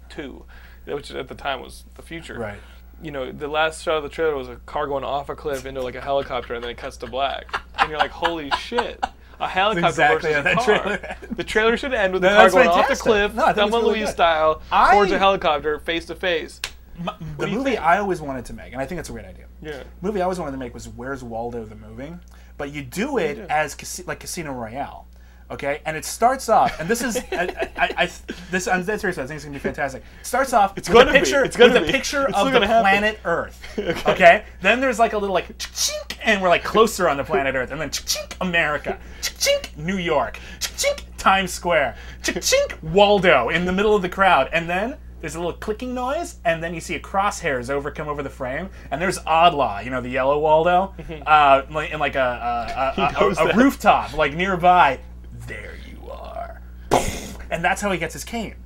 which at the time was the future.
Right.
You know, the last shot of the trailer was a car going off a cliff into like a helicopter, and then it cuts to black, and you're like, holy shit. A helicopter versus
exactly how
a
that
car.
trailer ends.
The trailer should end with
No,
the car
that's
going off
fantastic.
the cliff,
No, I think it's
Thelma
really
Louise
good.
style,
I-
towards a helicopter, face to face.
M- the
do you
movie
think?
I always wanted to make, and I think it's a great idea.
Yeah.
movie I always wanted to make was Where's Waldo the movie, but you do it as casi- like Casino Royale, okay? And it starts off, and this is I, I, I, this I'm dead serious. about it, I think it's gonna be fantastic. Starts off it's with
gonna
a
be.
picture
It's gonna
with
be.
a picture
It's still
of the
gonna happen.
planet Earth, okay. Then there's like a little like chink, and we're like closer on the planet Earth, and then chink America, chink New York, chink Times Square, chink Waldo in the middle of the crowd, and then there's a little clicking noise, and then you see a crosshairs over come over the frame, and there's Oddlaw, you know, the yellow Waldo, uh, like- in like a a, a,
Mm-hmm. knows
a, a
that.
rooftop, like nearby. There you are, and that's how he gets his cane,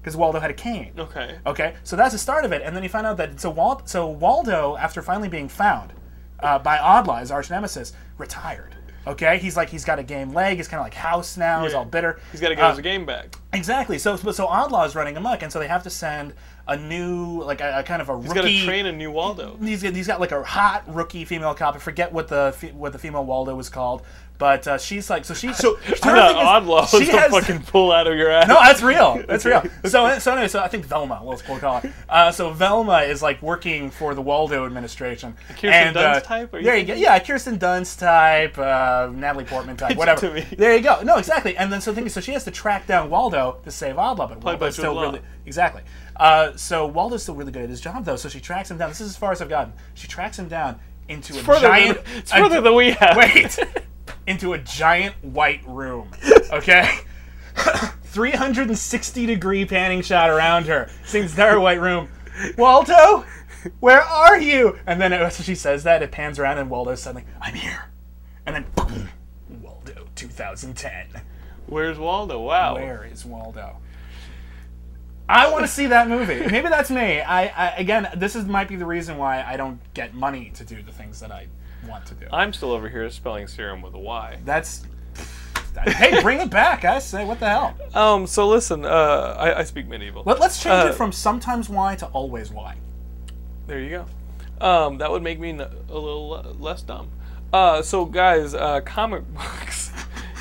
because Waldo had a cane.
Okay.
Okay, so that's the start of it, and then you find out that so, Wal- so Waldo, after finally being found uh, by Oddlaw, his arch nemesis, retired. Okay, he's like he's got a game leg. He's kind of like house now. He's
Yeah.
all bitter.
He's got to get
Uh,
his game back.
Exactly. So so so Oddlaw is running amok, and so they have to send a new like a, a kind of a
He's got
rookie.
to train a new Waldo.
He's, he's got like a hot rookie female cop. I forget what the fe- what the female Waldo was called, but uh, she's like so she so her
I thought
thing is-
Oddlaw was
she
the
has-
fucking pull out of your ass.
no, that's real. That's real. So, so anyway, so I think Velma, we'll, we'll call it. Uh, so Velma is like working for the Waldo administration.
Kirsten
And, uh,
Dunst type? Are you
there you go.
thinking-
Yeah, Kirsten Dunst type, uh, Natalie Portman type,
Pitch it
whatever.
to me.
There you go. No, exactly. And then so thing is, so she has to track down Waldo to save Oddlaw, but
Played by
Waldo's still
Jude Law.
really exactly. Uh, so Waldo's still really good at his job though. So she tracks him down. This is as far as I've gotten. She tracks him down into a
further
giant.
than, it's
a-
further than we have.
wait into a giant white room okay 360 degree panning shot around her It's the entire white room waldo where are you and then as she says that it pans around and waldo's suddenly i'm here and then boom, waldo 2010
Where's Waldo? Wow.
where is Waldo? I want to see that movie. Maybe that's me. I, I again, this is might be the reason why I don't get money to do the things that I want to do.
I'm still over here spelling serum with a Y.
That's. hey, bring it back. I say, what the hell?
Um. So listen. Uh. I, I speak medieval.
Let, us change
Uh,
it from sometimes why to always why.
There you go. Um. That would make me n- a little le- less dumb. Uh. So guys. Uh. Comic books.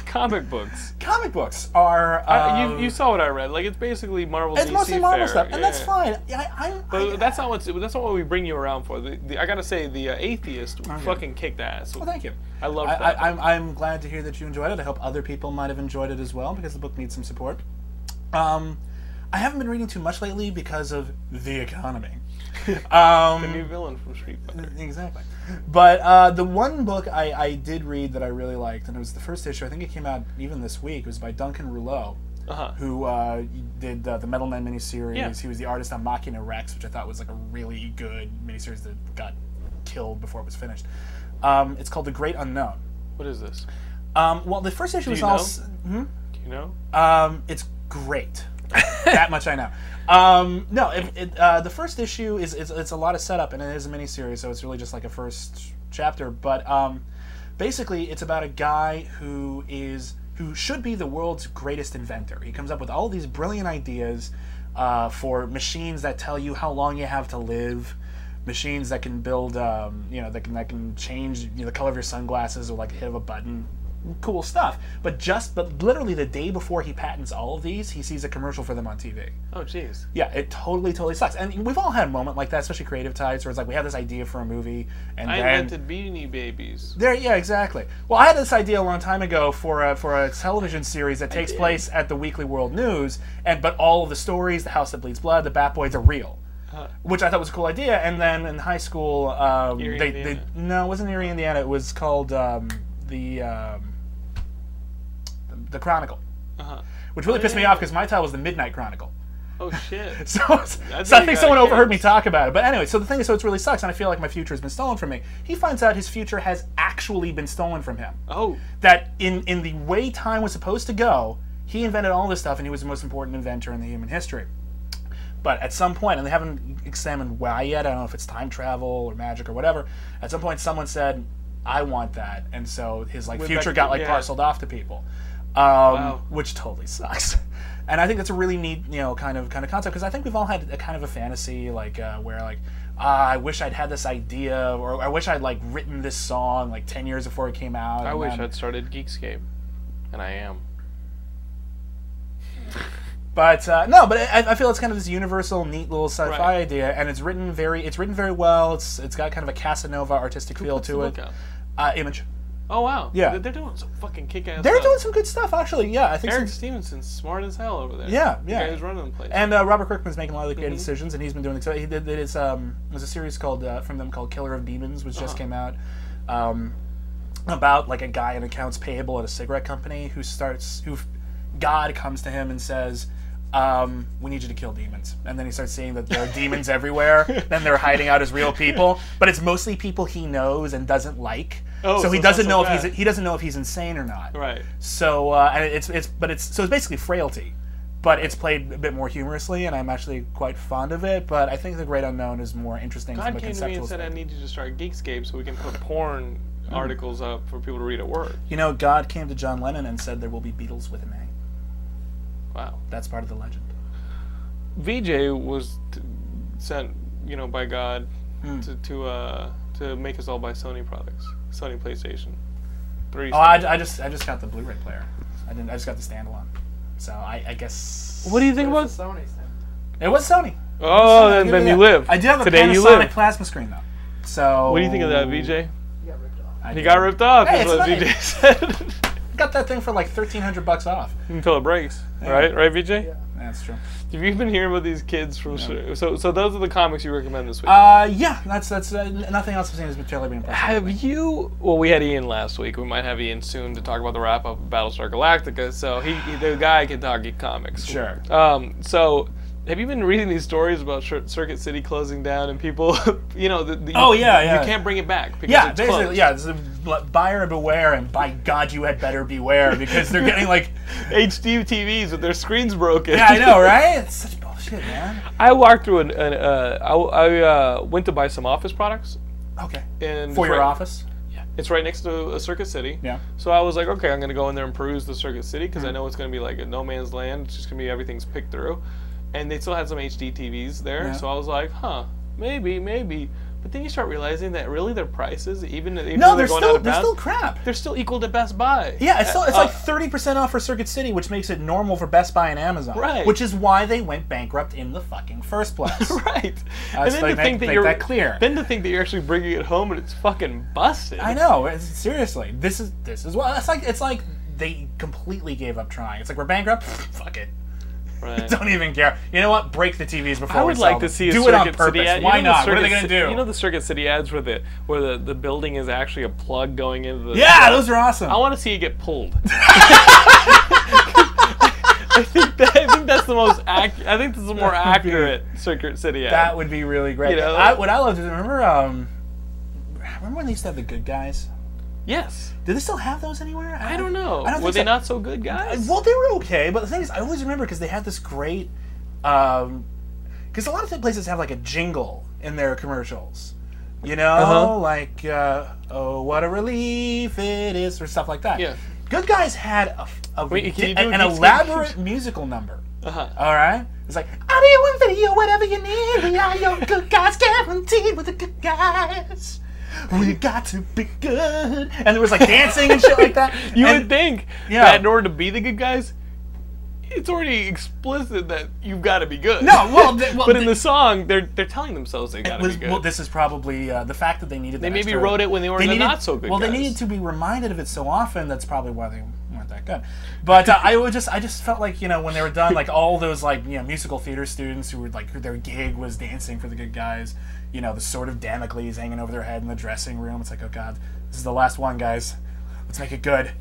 comic books.
Comic books are.
I-
um,
Uh, you, you saw what I read. Like it's basically Marvel.
it's
DC
mostly Marvel
fare.
stuff, and that's
Yeah.
fine. I, I'm,
But
I-
that's not what's. That's not what we bring you around for. The, the, I gotta say, the uh, atheist fucking kicked ass.
Oh, Well, thank you.
I loved
I,
that.
I, I'm, I'm glad to hear that you enjoyed it. I hope other people might have enjoyed it as well because the book needs some support. Um, I haven't been reading too much lately because of the economy. Um,
the new villain from Street Fighter.
Exactly. But uh, the one book I, I did read that I really liked, and it was the first issue, I think it came out even this week, it was by Duncan Rouleau.
Uh-huh.
who uh, did uh, the Metal Men miniseries.
Yeah.
He was the artist on Machina Rex, which I thought was like a really good miniseries that got killed before it was finished. Um, it's called The Great Unknown.
What is this?
Um, well, the first issue
Do
was
you
all.
know?
s- Hmm?
Do you know?
Um, it's great. that much I know. Um, no, it, it, uh, the first issue is, is it's a lot of setup, and it is a miniseries, so it's really just like a first chapter. But um, basically, it's about a guy who is who should be the world's greatest inventor. He comes up with all these brilliant ideas uh, for machines that tell you how long you have to live. Machines that can build, um, you know, that can that can change you know, the color of your sunglasses or like hit of a button cool stuff. But just but literally the day before he patents all of these, he sees a commercial for them on TV.
Oh, jeez.
Yeah, it totally totally sucks. And we've all had a moment like that, especially creative types, where it's like we have this idea for a movie, and
I
then
invented Beanie Babies.
there, yeah, exactly. Well, I had this idea a long time ago for a, for a television series that takes place at the Weekly World News, and but all of the stories, the House that Bleeds Blood, the Bat Boys are real, which I thought was a cool idea. And then in high school, um,
Erie,
they, they
Indiana.
no, it wasn't Erie, Indiana. It was called um, the, um, the the Chronicle,
Uh-huh.
which really pissed me
yeah.
off because my title was the Midnight Chronicle.
Oh shit.
So, it's-
I
so I
think
think
I
someone
got
overheard me
kids.
talk about it. But anyway, so the thing is, so it really sucks, and I feel like my future has been stolen from me. He finds out his future has actually been stolen from him.
Oh,
That in in the way time was supposed to go, he invented all this stuff, and he was the most important inventor in the human history. But at some point, and they haven't examined why yet. I don't know if it's time travel or magic or whatever. At some point, someone said, "I want that," and so his like
Went back
future
to-
got like
yeah.
parceled off to people um,
Wow.
which totally sucks. And I think that's a really neat, you know, kind of kind of concept because I think we've all had a kind of a fantasy like uh, where like ah, I wish I'd had this idea or I wish I'd like written this song like ten years before it came out.
I
and
wish
then-
I'd started Geekscape, and I am.
But uh, no, but I, I feel it's kind of this universal, neat little sci-fi
Right.
idea, and it's written very, it's written very well. It's it's got kind of a Casanova artistic feel
puts the
to it.
book out?
Uh, image.
Oh wow.
Yeah.
They're, they're doing some fucking kick-ass.
They're
stuff.
doing some good stuff actually. Yeah, I think.
Eric
some-
Stevenson's smart as hell over there.
Yeah,
The
yeah.
guy who's running the place.
And uh, Robert Kirkman's making a lot of the
Mm-hmm.
creative decisions, and he's been doing. So he did. It's um, there's a series called uh, from them called Killer of Demons, which
Uh-huh.
just came out. Um, about like a guy in accounts payable at a cigarette company who starts who God comes to him and says. Um, we need you to kill demons, and then he starts seeing that there are demons everywhere. Then they're hiding out as real people, but it's mostly people he knows and doesn't like.
Oh,
so,
so
he
it's not
doesn't
so
know if
bad.
he's he doesn't know if he's insane or not.
right.
So uh, and it's it's but it's so it's basically frailty, but it's played a bit more humorously, and I'm actually quite fond of it. But I think the Great Unknown is more interesting from
God
a
came to me
conceptual Mm.
and said, "I
standpoint.
need you to start Geekscape so we can put porn articles up for people to read at work."
You know, God came to John Lennon and said there will be Beatles with an A.
Wow.
That's part of the legend.
VJ was t- sent, you know, by God
Mm.
to to uh, to make us all buy Sony products, Sony PlayStation. Three.
Oh, I, I just I just got the Blu-ray player. I didn't. I just got the standalone. So I, I guess.
what do you think
It
about?
was the Sony's thing.
It was Sony.
Oh, then,
Give
then
me
you
that.
live.
I do have a
today.
Panasonic
You live.
plasma screen though. So.
What do you think of that, VJ?
You got ripped off.
I
He
did.
got ripped off.
Hey,
is
it's
what
nice.
VJ said.
Got that thing for like thirteen hundred bucks off.
Until it breaks, right? Right, VJ?
Yeah.
That's true.
Have you been hearing about these kids from? So, so those are the comics you recommend this week.
Uh, yeah, that's that's uh, n- nothing else I've seen has materially been impressive.
Have you? Well, we had Ian last week. We might have Ian soon to talk about the wrap up of Battlestar Galactica. So he, he- the guy can talk geek comics.
Sure.
Um, so. Have you been reading these stories about Cir- Circuit City closing down and people, you know, the, the,
Oh, yeah, yeah.
you can't bring it back because
Yeah,
it's
basically,
closed.
yeah. It's a bl- buyer beware, and by God, you had better beware because they're getting like,
HD TVs with their screens broken.
yeah, I know, right? It's such bullshit, man.
I walked through an, an uh, I, I uh, went to buy some office products
Okay.
and
For
it's
your
right-
office.
It's right next to a Circuit City.
Yeah.
So I was like, okay, I'm gonna go in there and peruse the Circuit City because
Mm.
I know it's gonna be like a no man's land. It's just gonna be everything's picked through, and they still had some HD TVs there.
Yeah.
So I was like, huh, maybe, maybe. But then you start realizing that really their prices, even, even
No,
though
they're
going
still
out of
they're
bounds,
still crap.
they're still equal to Best Buy.
Yeah, it's still it's
Uh,
like thirty percent off for Circuit City, which makes it normal for Best Buy and Amazon.
Right.
Which is why they went bankrupt in the fucking first place.
Right,
That's like- make- make
you're
that clear.
Then to think that you're actually bringing it home and it's fucking busted.
I know. It's, seriously, this is this is well. It's like it's like they completely gave up trying. It's like we're bankrupt. Fuck it.
Right.
Don't even care. You know what? Break the TVs before
I
we
would
sell
like to
them.
see a
do
Circuit
it on
City
purpose.
ad. you
Why
know the
not? What are they
Circuit
gonna
Ci-
do?
You know the Circuit City ads where the where the, the building is actually a plug going into the.
yeah, those are awesome.
I want to see it get pulled. I think that, I think that's the most ac- I think this is a more
That would be-
accurate Circuit City ad.
That would be really great.
You know?
I, what I loved is remember um, remember when they used to have the good guys?
yes.
Do they still have those anywhere?
I don't know.
I don't
Were
think
they
so.
not so good guys?
Well, they were okay, but the thing is, I always remember because they had this great, because a lot of the places have like a jingle in their commercials, you know,
Uh-huh.
like uh, "Oh, what a relief it is" or stuff like that.
Yeah.
Good Guys had a, a-
Wait, can you do
an,
a Geeks Game?
elaborate musical number.
Uh-huh.
All right, it's like audio and video, whatever you need. We are your good guys, guaranteed. We're the good guys. We got to be good, and there was like dancing and shit like that.
You
and,
would think
Yeah.
that in order to be the good guys, it's already explicit that you've got to be good.
No, well, th- well,
but in the
th-
song, they're they're telling themselves they got to
It
be
was,
good.
well, this is probably uh, the fact that they needed.
They maybe wrote it when they were the not-so-good
Well, they
guys.
needed to be reminded of it so often. That's probably why they weren't that good. But uh, I would just, I just felt like you know when they were done, like all those like you know musical theater students who were like who their gig was dancing for the good guys. You know, the sword of Damocles hanging over their head in the dressing room. It's like, oh god, this is the last one, guys. Let's make it good.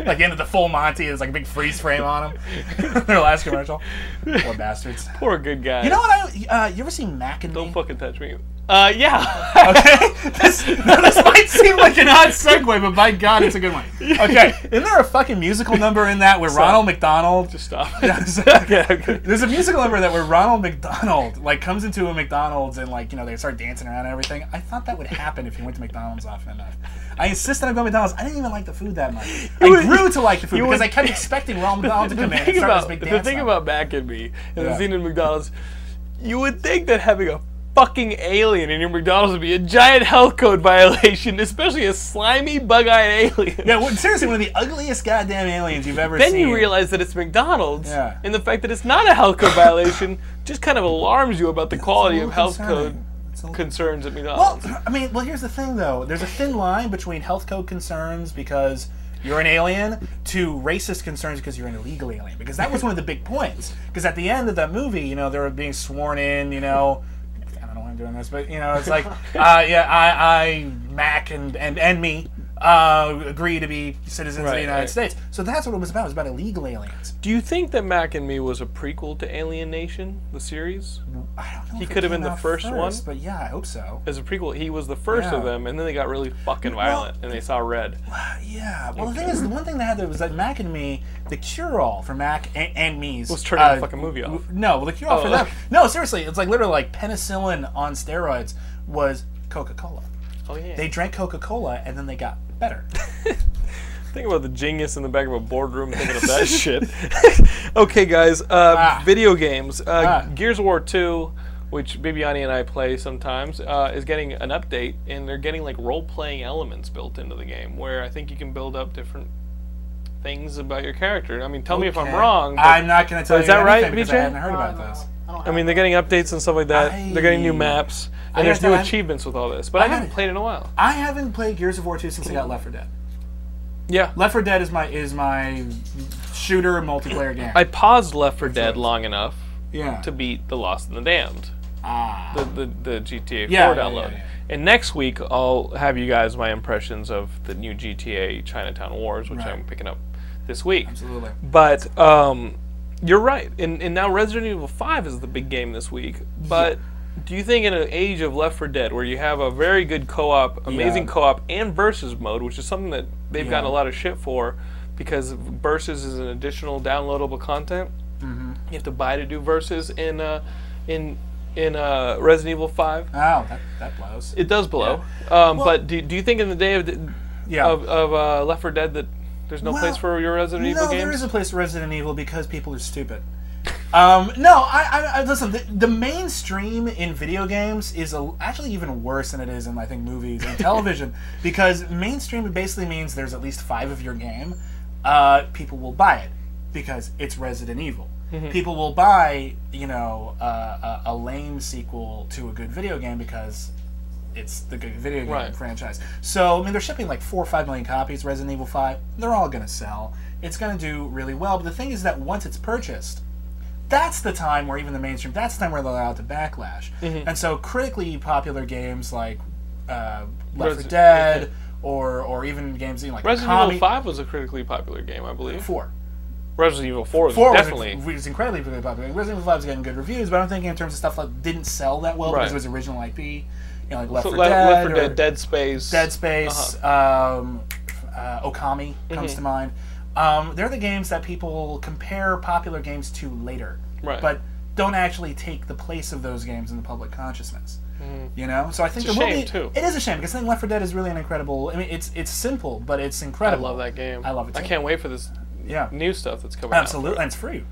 like the end of the full Monty, there's like a big freeze frame on them. their last commercial. Poor bastards.
Poor good guys.
You know what? I uh, you ever seen Mac and
Don't
Me?
fucking touch me. Uh, yeah.
Okay, this, this might seem like an odd segue, but by God, it's a good one. Okay, isn't there a fucking musical number in that where Ronald McDonald?
Just stop.
Yes.
okay, okay.
There's a musical number that where Ronald McDonald like comes into a McDonald's and like you know they start dancing around and everything. I thought that would happen if you went to McDonald's often enough. I insisted on going to McDonald's. I didn't even like the food that much. I
would-
grew to like the food
you
because
would-
I kept expecting Ronald McDonald to
The
come in and
thing,
start
about,
this big
the
dance.
thing
number.
about Mac and Me and the
Yeah.
scene in McDonald's, you would think that having a fucking alien in your McDonald's would be a giant health code violation, especially a slimy, bug-eyed alien.
yeah, well, seriously, one of the ugliest goddamn aliens you've ever
Then
seen.
you realize that it's McDonald's,
Yeah.
and the fact that it's not a health code violation just kind of alarms you about the quality of health
concerning. It's a
code
little-
concerns at
Well,
McDonald's.
I mean, well, here's the thing, though. There's a thin line between health code concerns because you're an alien to racist concerns because you're an illegal alien. Because that was one of the big points. Because at the end of that movie, you know, they were being sworn in, you know. I don't know why I'm doing this, but, you know, it's like, uh, yeah, I, I, Mac, and, and, and me uh, agree to be citizens of
Right,
the United
right.
States. So that's what it was about. It was about illegal aliens.
Do you think that Mac and Me was a prequel to Alien Nation, the series?
I don't know.
He could have been the first one.
one. But yeah, I hope so.
As a prequel, he was the first of
Yeah.
them, and then they got really fucking violent, and they saw red.
Yeah. Well, the thing is, the one thing they had there was that Mac and Me, the cure-all for Mac and, and me's
Was turning the fucking movie
uh, w-
off.
No, well, the cure-all
Oh,
for them.
okay.
No, seriously, it's like literally like penicillin on steroids was Coca-Cola.
Oh yeah.
They drank Coca-Cola and then they got better.
Think about the genius in the back of a boardroom thinking of that shit. okay, guys. Uh, Video games. Uh,
Ah.
Gears of War 2, which Bibiani and I play sometimes, uh, is getting an update, and they're getting like role playing elements built into the game, where I think you can build up different things about your character. I mean, tell me if I'm
Okay.
wrong. But,
I'm not going to tell
Is
you
that
anything
right,
because
BJ?
I hadn't heard about this.
I mean, they're getting updates and stuff like that. They're getting new
I-
maps,
I
and there's
guess I
new
haven't-
achievements with all this. But I, haven't
haven't-
played in a while.
I haven't played Gears of War 2 since I got Left 4 Dead.
Yeah.
Left 4 Dead is my is my shooter multiplayer game.
I paused Left 4 Dead long enough
yeah.
to beat The Lost and the Damned.
ah.
the, the, the GTA 4
Yeah, yeah,
download.
yeah, yeah.
And next week, I'll have you guys my impressions of the new GTA Chinatown Wars, which
Right.
I'm picking up this week.
Absolutely.
But um, you're right. And, and now Resident Evil 5 is the big game this week. But do you think, in an age of Left 4 Dead, where you have a very good co op, amazing co op, and versus mode, which is something that they've gotten a lot of shit for because versus is an additional downloadable content,
Mm-hmm.
you have to buy to do versus in, uh, in, in uh, Resident Evil 5?
Oh, that, that blows.
It does blow. Um, but do, do you think in the day of, the,
yeah.
of, of uh, Left 4 Dead that there's no place
Well,
for your Resident Evil
no,
games?
there is a place for Resident Evil because people are stupid. Um, no, I, I, I listen. The, the mainstream in video games is a, actually even worse than it is in I think movies and television because mainstream basically means there's at least five of your game. Uh, people will buy it because it's Resident Evil.
Mm-hmm.
People will buy you know uh, a, a lame sequel to a good video game because it's the good video game
Right.
franchise. So I mean, they're shipping like four or five million copies. Resident Evil Five, they're all gonna sell. It's gonna do really well. But the thing is that once it's purchased, that's the time where even the mainstream, that's the time where they're allowed to backlash.
Mm-hmm.
And so critically popular games like uh, Left 4
Resi-
Dead or or even games you know, like
Resident
Konami,
Evil 5 was a critically popular game, I believe.
four.
Resident Evil Four was
Four was-
definitely
was, incredibly really popular. Resident Evil Five was getting good reviews, but I'm thinking in terms of stuff like didn't sell that well
Right.
because it was original IP, you know, like Left
So
4
Le-
Dead,
Left 4
or
Dead, Dead Space,
Dead Space,
Uh-huh.
um, uh, Okami comes
Mm-hmm.
to mind. Um, they're the games that people compare popular games to later,
Right.
but don't actually take the place of those games in the public consciousness. You know, so I
Mm-hmm. It's a
think there will
shame,
be-
too.
It is a shame because I think Left 4 Dead is really an incredible. I mean, it's it's simple, but it's
I
incredible.
love that game.
I love it
I
too.
can't wait for this
Yeah,
new stuff that's coming
absolutely, and it's free.
out.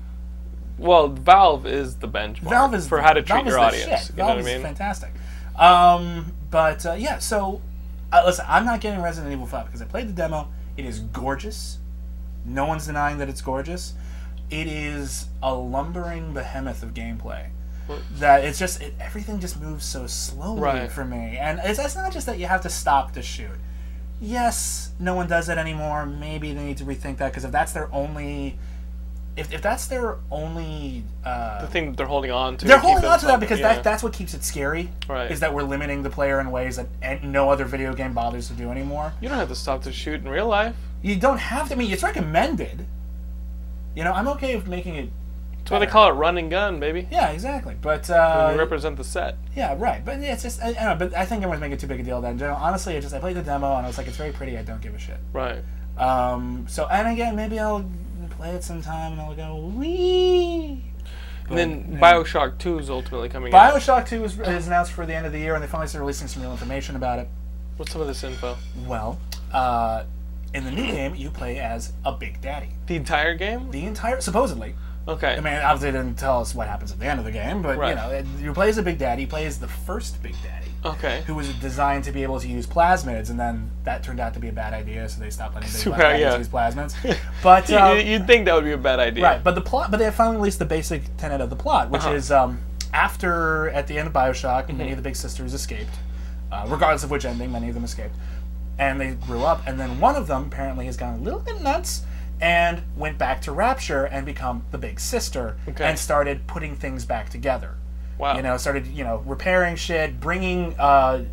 Well, Valve is the benchmark
Valve is
for how to treat
Valve is
your
the
audience.
shit.
You know
Valve
what I mean?
is fantastic. Um, but uh, yeah, so uh, listen, I'm not getting Resident Evil Five because I played the demo. It is gorgeous. No one's denying that it's gorgeous. It is a lumbering behemoth of gameplay. That it's just it, everything just moves so slowly
Right.
for me, and it's, it's not just that you have to stop to shoot. Yes, no one does that anymore. Maybe they need to rethink that because if that's their only, if, if that's their only uh,
the thing that they're holding on to.
they're
keep
holding
them
on to that
fun,
because
yeah.
that, that's what keeps it scary.
Right.
Is that we're limiting the player in ways that an- no other video game bothers to do anymore.
you don't have to stop to shoot in real life.
You don't have to. I mean, it's recommended. You know, I'm okay with making it.
That's why they call it run and gun, baby.
Yeah, exactly. But
When
uh,
you represent the set.
yeah, right. But it's just I, I don't know. But I think everyone's making too big a deal of that in general. Honestly, I just I played the demo and I was like, it's very pretty. I don't give a shit.
Right.
Um. So and again, maybe I'll play it sometime and I'll go wee.
And then Bioshock 2 is ultimately coming out.
Bioshock Two is, is announced for the end of the year, and they finally started releasing some real information about it.
What's some of this info?
Well, uh, in the new game, you play as a Big Daddy.
The entire game?
The entire, supposedly,
Okay.
I mean, obviously, they didn't tell us what happens at the end of the game, but
Right.
you know, it- you play as a Big Daddy. You play as the first Big Daddy,
okay.
who was designed to be able to use plasmids, and then that turned out to be a bad idea, so they stopped letting Big
Right,
Black Daddies
yeah.
use plasmids. But um,
you, would think that would be a bad idea.
Right, but the plot, but they have finally released the basic tenet of the plot, which
Uh-huh. Mm-hmm.
is um, after at the end of Bioshock, many of the big sisters escaped, uh, regardless of which ending, many of them escaped, and they grew up, and then one of them apparently has gone a little bit nuts and went back to Rapture and become the big sister
Okay.
and started putting things back together.
Wow.
You know, started you know repairing shit, bringing, uh,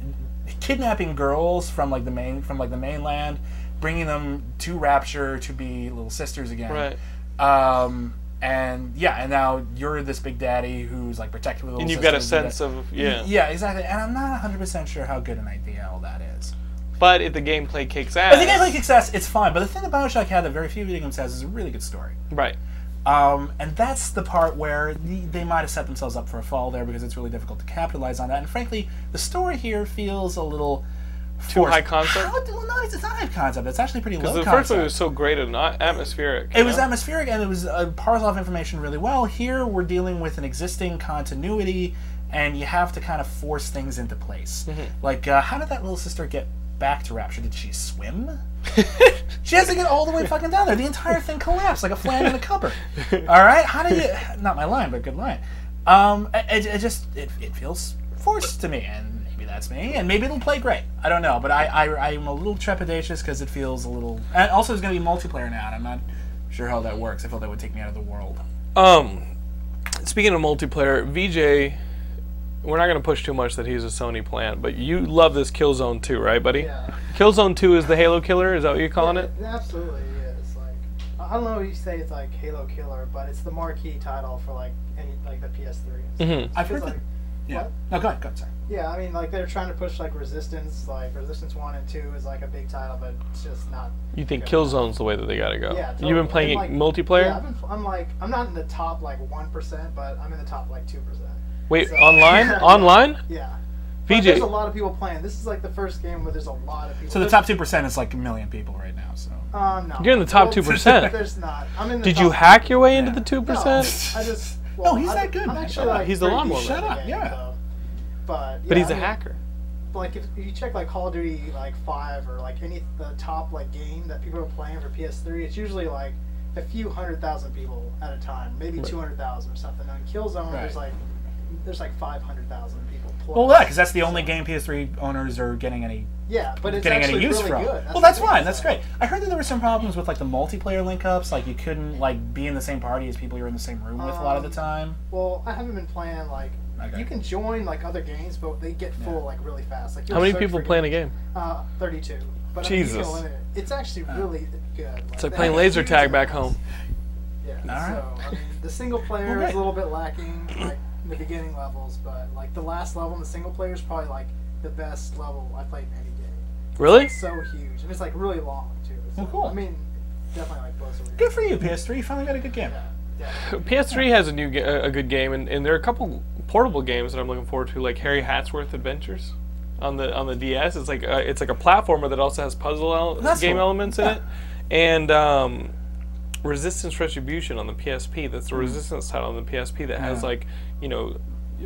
kidnapping girls from like the main from like the mainland, bringing them to Rapture to be little sisters again.
Right.
Um, and yeah, and now you're this big daddy who's like protective of the
And you've
little
got a
sisters and
sense
that-
of yeah.
Mm-hmm.
Yeah, exactly. And I'm not 100% sure how good an idea all that is.
But if the gameplay kicks
I
ass.
think I like success, it's fine, but the thing that Bioshock had that very few video games has is a really good story.
Right.
Um, and that's the part where the, they might have set themselves up for a fall there because it's really difficult to capitalize on that. And frankly, the story here feels a little. Too
high concept?
How, do- well, no, it's it's not high concept. It's actually pretty low
Because the
concept.
first one was so great and not atmospheric. you
It was
know?
atmospheric and it was uh, parse off information really well. Here we're dealing with an existing continuity, and you have to kind of force things into place.
Mm-hmm.
Like, uh, how did that little sister get back to Rapture? Did she swim? she has to get all the way fucking down there. The entire thing collapsed like a flan in a cupboard. All right, how do you? Not my line, but good line. Um, it, it just it, it feels forced to me, and maybe that's me, and maybe it'll play great. I don't know, but I, I I'm a little trepidatious because it feels a little. And also, it's going to be multiplayer now, and I'm not sure how that works. I feel that would take me out of the world.
Um, speaking of multiplayer, VJ, we're not going to push too much that he's a Sony plant, but you love this Killzone 2, right, buddy?
Yeah.
Killzone 2 is the Halo killer. Is that what you're calling it?
It absolutely is. Like, I I don't know if you say it's like Halo Killer, but it's the marquee title for like any like the PS3.
Mhm.
I've
It's
heard
like,
that. Yeah.
what?
No, go ahead. Go ahead. Sorry.
Mm-hmm.
Yeah, I mean, like they're trying to push like Resistance, like Resistance One and Two is like a big title, but it's just not.
You think
good.
Killzone's the way that they got to go? Oh.
Yeah,
You've
totally.
been playing it
And, like,
multiplayer?
Yeah, I've been, I'm like, I'm not in the top like one percent, but I'm in the top like two percent.
Wait,
So-
online? online?
Yeah. But There's a
VJ,
lot of people playing. This is like the first game where there's a lot of people.
So the top two percent is like a million people right now. So
Um, no.
You're in the top 2%.
There's not. I'm in the
did
top
you hack your way into
Yeah.
the 2%?
No, I just. well,
he's
I-
that good,
I'm
man.
actually
Shut up.
like
He's the
pretty
lawnmower
decent
man.
at the
Shut up, yeah.
game, so. But,
But
yeah,
he's
I
a
mean,
hacker.
Like if you check like Call of Duty like five or like any the top like game that people are playing for PS3, it's usually like a few hundred thousand people at a time, maybe two hundred thousand or something. On Killzone,
Right.
there's like there's like five hundred thousand people. Plus.
well, yeah, because that's the only game PS3 owners are getting any
yeah, but it's
getting
actually
any use
really
from.
good.
well, that's
the thing,
fine. That's
so-
great. I heard that there were some problems with like the multiplayer link-ups. Like you couldn't like be in the same party as people you were in the same room with a lot of the
Um,
time.
Well, I haven't been playing like.
Okay.
You can join like other games, but they get full like really fast. Like
How many people playing a game?
Uh, 32. But I mean, you
Jesus.
can limit it. it's actually really good.
It's like
they
playing
have a
laser
huge
tag back
amount.
home.
All right.
So I mean, the single player
Well,
is a little bit lacking, like in the beginning levels, but like the last level in the single player is probably like the best level I played in any game.
Really?
It's so huge, and it's like really long too. So,
Well, Oh, cool.
I mean, definitely like blows away.
Good for you, PS3. You finally got a good game.
Yeah, definitely.
PS3 has a new ga- a a good game, and, and there are a couple portable games that I'm looking forward to, like Harry Hatsworth Adventures on the on the DS. It's like uh, it's like a platformer that also has puzzle el-
That's
game
cool.
elements in it, and um, Resistance Retribution on the PSP.
Mm.
That's the Resistance title on the PSP that has
Yeah.
like you know.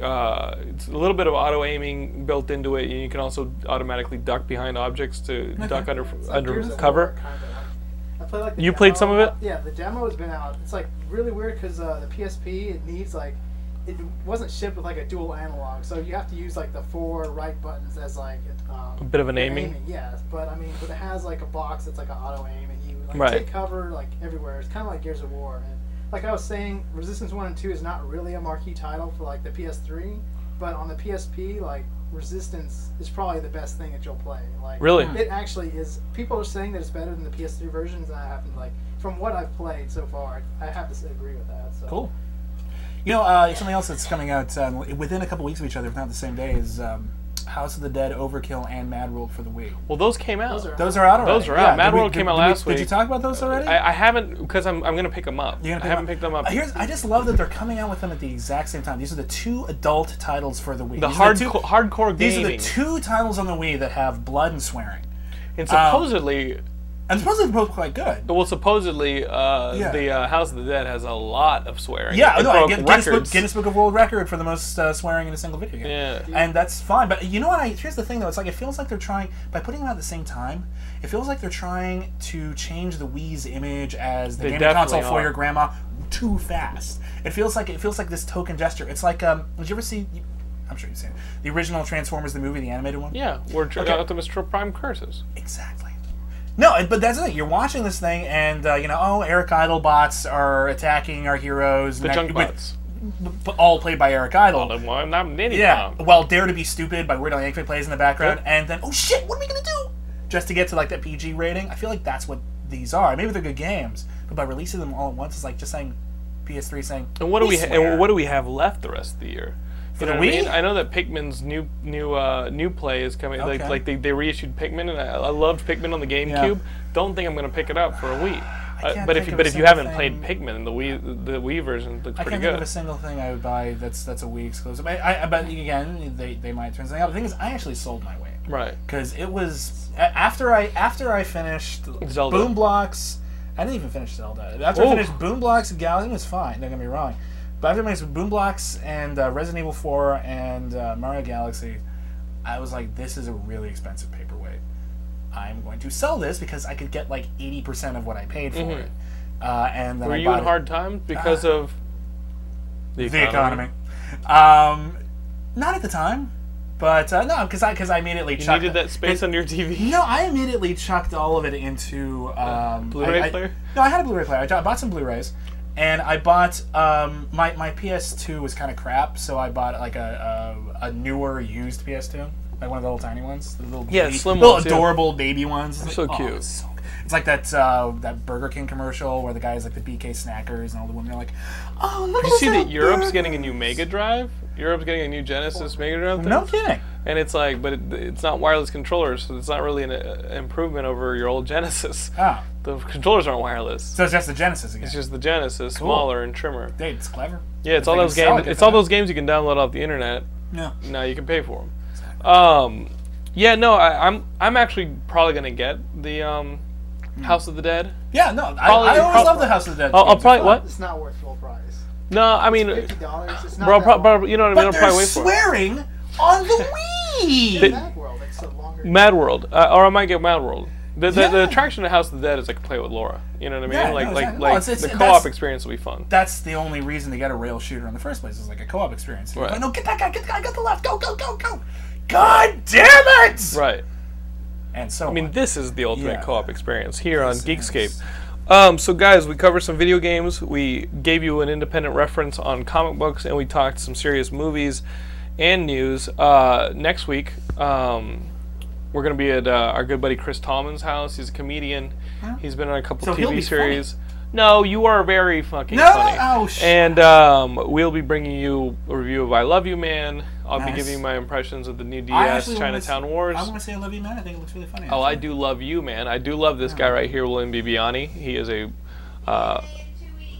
Uh, it's a little bit of auto aiming built into it, and you can also automatically duck behind objects to duck under
It's like
under
Gears of
cover.
War, kind of, like- I played like the
You played
demo.
some of it?
Yeah, the demo has been out. It's like really weird because uh, the PSP it needs like it wasn't shipped with like a dual analog, so you have to use like the four right buttons as like um,
A bit of an
for
aiming?
Yes, but I mean, but it has like a box that's like an auto aim, and you like
Right.
take cover like everywhere. It's kind of like Gears of War. And like I was saying, Resistance One and Two is not really a marquee title for like the PS3, but on the PSP, like Resistance is probably the best thing that you'll play. Like
Really?
it actually is. People are saying that it's better than the PS3 versions. and I haven't like from what I've played so far. I have to agree with that. So.
Cool. You know, uh, something else that's coming out uh, within a couple weeks of each other, if not the same day, is um, House of the Dead, Overkill, and Mad World for the Wii.
Well, those came out.
Those are
Those are out already.
Those are out.
Yeah,
Mad
did we-
World
did-
came out
did we-
last
Did you
week. Uh,
talk about those already?
I, I haven't because I'm, I'm gonna pick them up.
You're
I
gonna pick Uh,
haven't picked them up.
Here's, I just love that they're coming out with them at the exact same time. These are the two adult titles for the Wii.
the
These
hard
are the two,
hardcore
These
gaming.
are the two titles on the Wii that have blood and swearing,
and
Oh.
supposedly,
and supposedly they're both quite good.
well, supposedly, uh,
Yeah.
the uh, House of the Dead has a lot of swearing.
Yeah,
It
no, I
broke
get Guinness Book,
records.
Guinness Book of World Record for the most uh, swearing in a single video game.
Yeah.
and that's fine. But you know what? I, here's the thing, though. It's like it feels like they're trying by putting them out at the same time. It feels like they're trying to change the Wii's image as the
They
gaming console
definitely
for
are.
your grandma too fast. It feels like it feels like this token gesture. It's like um, did you ever see? you- I'm sure you've seen it. the original Transformers, the movie, the animated one.
Yeah, where Dr-
Okay.
Optimus Prime curses.
Exactly. No, and- but that's the thing. You're watching this thing, and uh, you know, oh, Eric Idle bots are attacking our heroes.
The junk bots.
all played by Eric Idle.
Well, I'm- I'm not many
Yeah.
now.
Well, Dare to Be Stupid by Weird Al Yankovic plays in the background,
uh, Yep.
and then oh shit, what are we gonna do? Just to get to like that PG rating, I feel like that's what these are. Maybe they're good games, but by releasing them all at once, it's like just saying PS3 saying.
And what do we ha-
swear."
and what do we have left the rest of the year?
For
You know
the
what I
Wii?
mean? I know that Pikmin's new new uh, new play is coming. Like
Okay.
like they, they reissued Pikmin, and I, I loved Pikmin on the GameCube. Don't think I'm gonna pick it up for a Wii. Uh,
can't
but if
think
you
of
but
a
if you
single
haven't
thing-
played Pikmin, the Wii the Wii version looks
I
pretty
can't
good.
think of a single thing I would buy that's that's a Wii exclusive. I, I, I but again, they, they might turn something out. The thing is, I actually sold my Wii
Right.
because it was a- after I after I finished
Zelda.
Boom Blocks. I didn't even finish Zelda. After
Ooh.
I finished Boom Blocks, Galaxy was fine. Don't get me wrong, but after I finished Boom Blocks and uh, Resident Evil Four and uh, Mario Galaxy, I was like, this is a really expensive paperweight. I'm going to sell this because I could get like eighty percent of what I paid for it. Uh, and
Mm-hmm.
then
Were
I
you in
bought
Ah.
it-
hard times because of
the economy. Um, not at the time, but uh, no, because I because I immediately
You
chucked
needed that space under your TV.
No, I immediately chucked all of it into um,
Uh, Blu-ray
I- I-
player?
No, I had a Blu-ray player. I jo- I bought some Blu-rays, and I bought um, my my PS2 was kind of crap, so I bought like a, a a newer used PS2, like one of the little tiny ones, the little
Yeah,
baby-
slim
little
ones, yeah.
adorable baby ones. It's
So
like,
cute.
it's so- it's like that uh, that Burger King commercial where the guys like the BK snackers and all the women are like, oh look at
You
this
see that
little
Europe's
burger."
getting a new Mega Drive. Europe's getting a new Genesis Mega Drive. thing?
No kidding.
And it's like, but it, it's not wireless controllers, so it's not really an uh, improvement over your old Genesis.
Oh,
The controllers aren't wireless.
so it's just the Genesis again.
It's just the Genesis, smaller and trimmer.
Dude, it's clever.
Yeah, it's
If
all
they can
those
sell it,
games.
good
It's
for
all
them.
those games you can download off the internet.
No.
Now you can pay for them. Um, yeah, no, I, I'm I'm actually probably gonna get the um, House of the Dead.
Yeah, no. I,
Probably-
I always
prob-
love the Hmm. House of the Dead.
I'll, I'll
games.
probably what?
It's not worth full price.
No, I mean,
Fifty dollars. It's not.
bro,
that
pro-
long.
pro- you know what I mean.
But
I'll
they're
probably wait for it.
swearing on the Wii.
They-
Mad World. It's a longer.
Mad World, uh, or I might get Mad World. The, the, the
Yeah.
attraction to House of the Dead is like play with Laura. You know what I mean?
Yeah,
like
no,
like
exactly. No,
like
it's- it's-
the co-op
that's-
experience will be fun.
That's the only reason to get a rail shooter in the first place. Is like a co-op experience. You're
Right.
like, no, get that guy, get the guy, get the left, go, go, go, go. God damn it!
Right.
And so
I mean, this is the ultimate
Yeah.
co-op experience here on
This
Geekscape.
is-
Um, so, guys, we covered some video games. We gave you an independent reference on comic books, and we talked some serious movies and news. Uh, next week, um, we're going to be at uh, our good buddy Chris Tallman's house. He's a comedian. He's been on a couple
So he'll
TV
be
series. No, you are very fucking
No!
funny.
Oh, sh-
And um, we'll be bringing you a review of I Love You Man. I'll be
Nice.
giving you my impressions of the new
I
DS
actually wanna
Chinatown
s-
Wars.
I want to say I love you, man. I think it looks really funny.
Oh, I do love you, man. I do love this
Oh.
guy right here, William Bibiani. He is a. Uh,
In two weeks.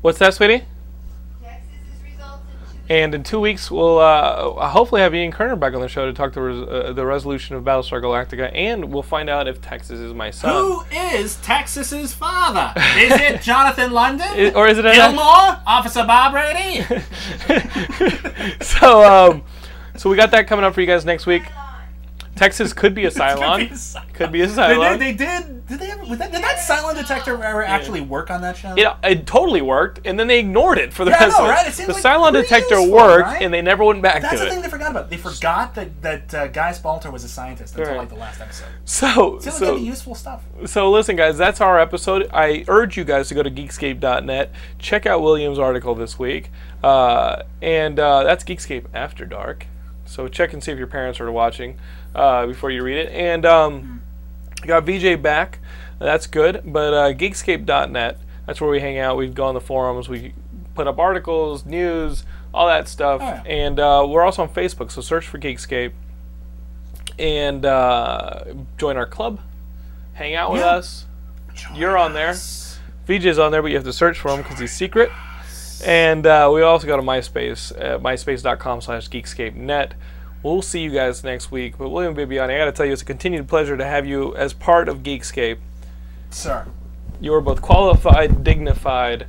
what's that, sweetie?
Texas is results in two weeks.
And in two weeks, we'll uh, hopefully have Ian Kerner back on the show to talk the res- uh, the resolution of Battlestar Galactica, and we'll find out if Texas is my son,
Who is Texas's father? Is it Jonathan London?
I- or is it an
Gilmore? Officer Bob Brady?
so um, so we got that coming up for you guys next week. Texas could be a Cylon. Could be a Cylon.
They did. They did. Did they ever? Was that, did that Cylon detector ever actually work on that show?
It, it totally worked, and then they ignored it for the
Yeah, I
rest
know,
of it.
right? It seems
the
like
Cylon
pretty
detector
useful,
worked,
right?
and they never went back
That's
to
the thing
it.
they forgot about. They forgot that that uh, Guy Spalter was a scientist until
Right.
like the last episode.
So,
It's
so
like useful stuff.
So listen, guys, that's our episode. I urge you guys to go to Geekscape.net, check out William's article this week, uh, and uh, that's Geekscape After Dark. So check and see if your parents are watching uh, before you read it. And um, we got VJ back, that's good. But uh, Geekscape.net, that's where we hang out. We go on the forums, we put up articles, news, all that stuff,
Oh, yeah.
and uh, we're also on Facebook. So search for Geekscape and uh, join our club. Hang out with
Yeah.
us. You're on there. VJ's on there, but you have to search for him because he's secret. And uh, we also go to MySpace at myspace.com slash geekscape.net. We'll see you guys next week. But William Bibiani, I got to tell you, it's a continued pleasure to have you as part of Geekscape.
sir.
You are both qualified, dignified,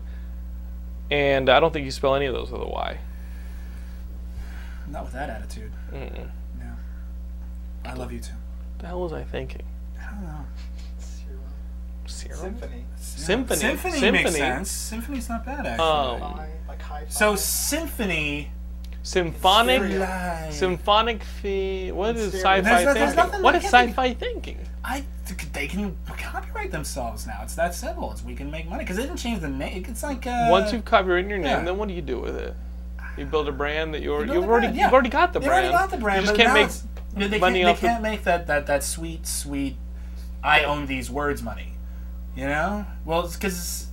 and I don't think you spell any of those with a Y.
Not with that attitude. No. I love you too.
What the hell was I thinking?
I don't know.
Serum?
Symphony.
Symphony.
Symphony,
Symphony.
makes sense. Symphony's not bad actually.
Um,
Hi, like hi-fi.
so symphony.
symphonic.
Serial.
Live.
Symphonic fi What is
Serial.
sci-fi
There's no- there's
thinking?
nothing
What
that
is
can't be-
sci-fi thinking?
I they can copyright themselves now. It's that simple. It's we can make money because they didn't change the name. It's like uh,
Once you've copywritten your name,
yeah.
then what do you do with it? You build a brand that you already,
build
you've
the
already
brand,
you've
yeah.
already got the
they
brand.
already got the brand,
You just
but
can't
now
make
it's- they can't,
money
they
off the-
can't make that, that that sweet sweet I own these words money. You know, well, because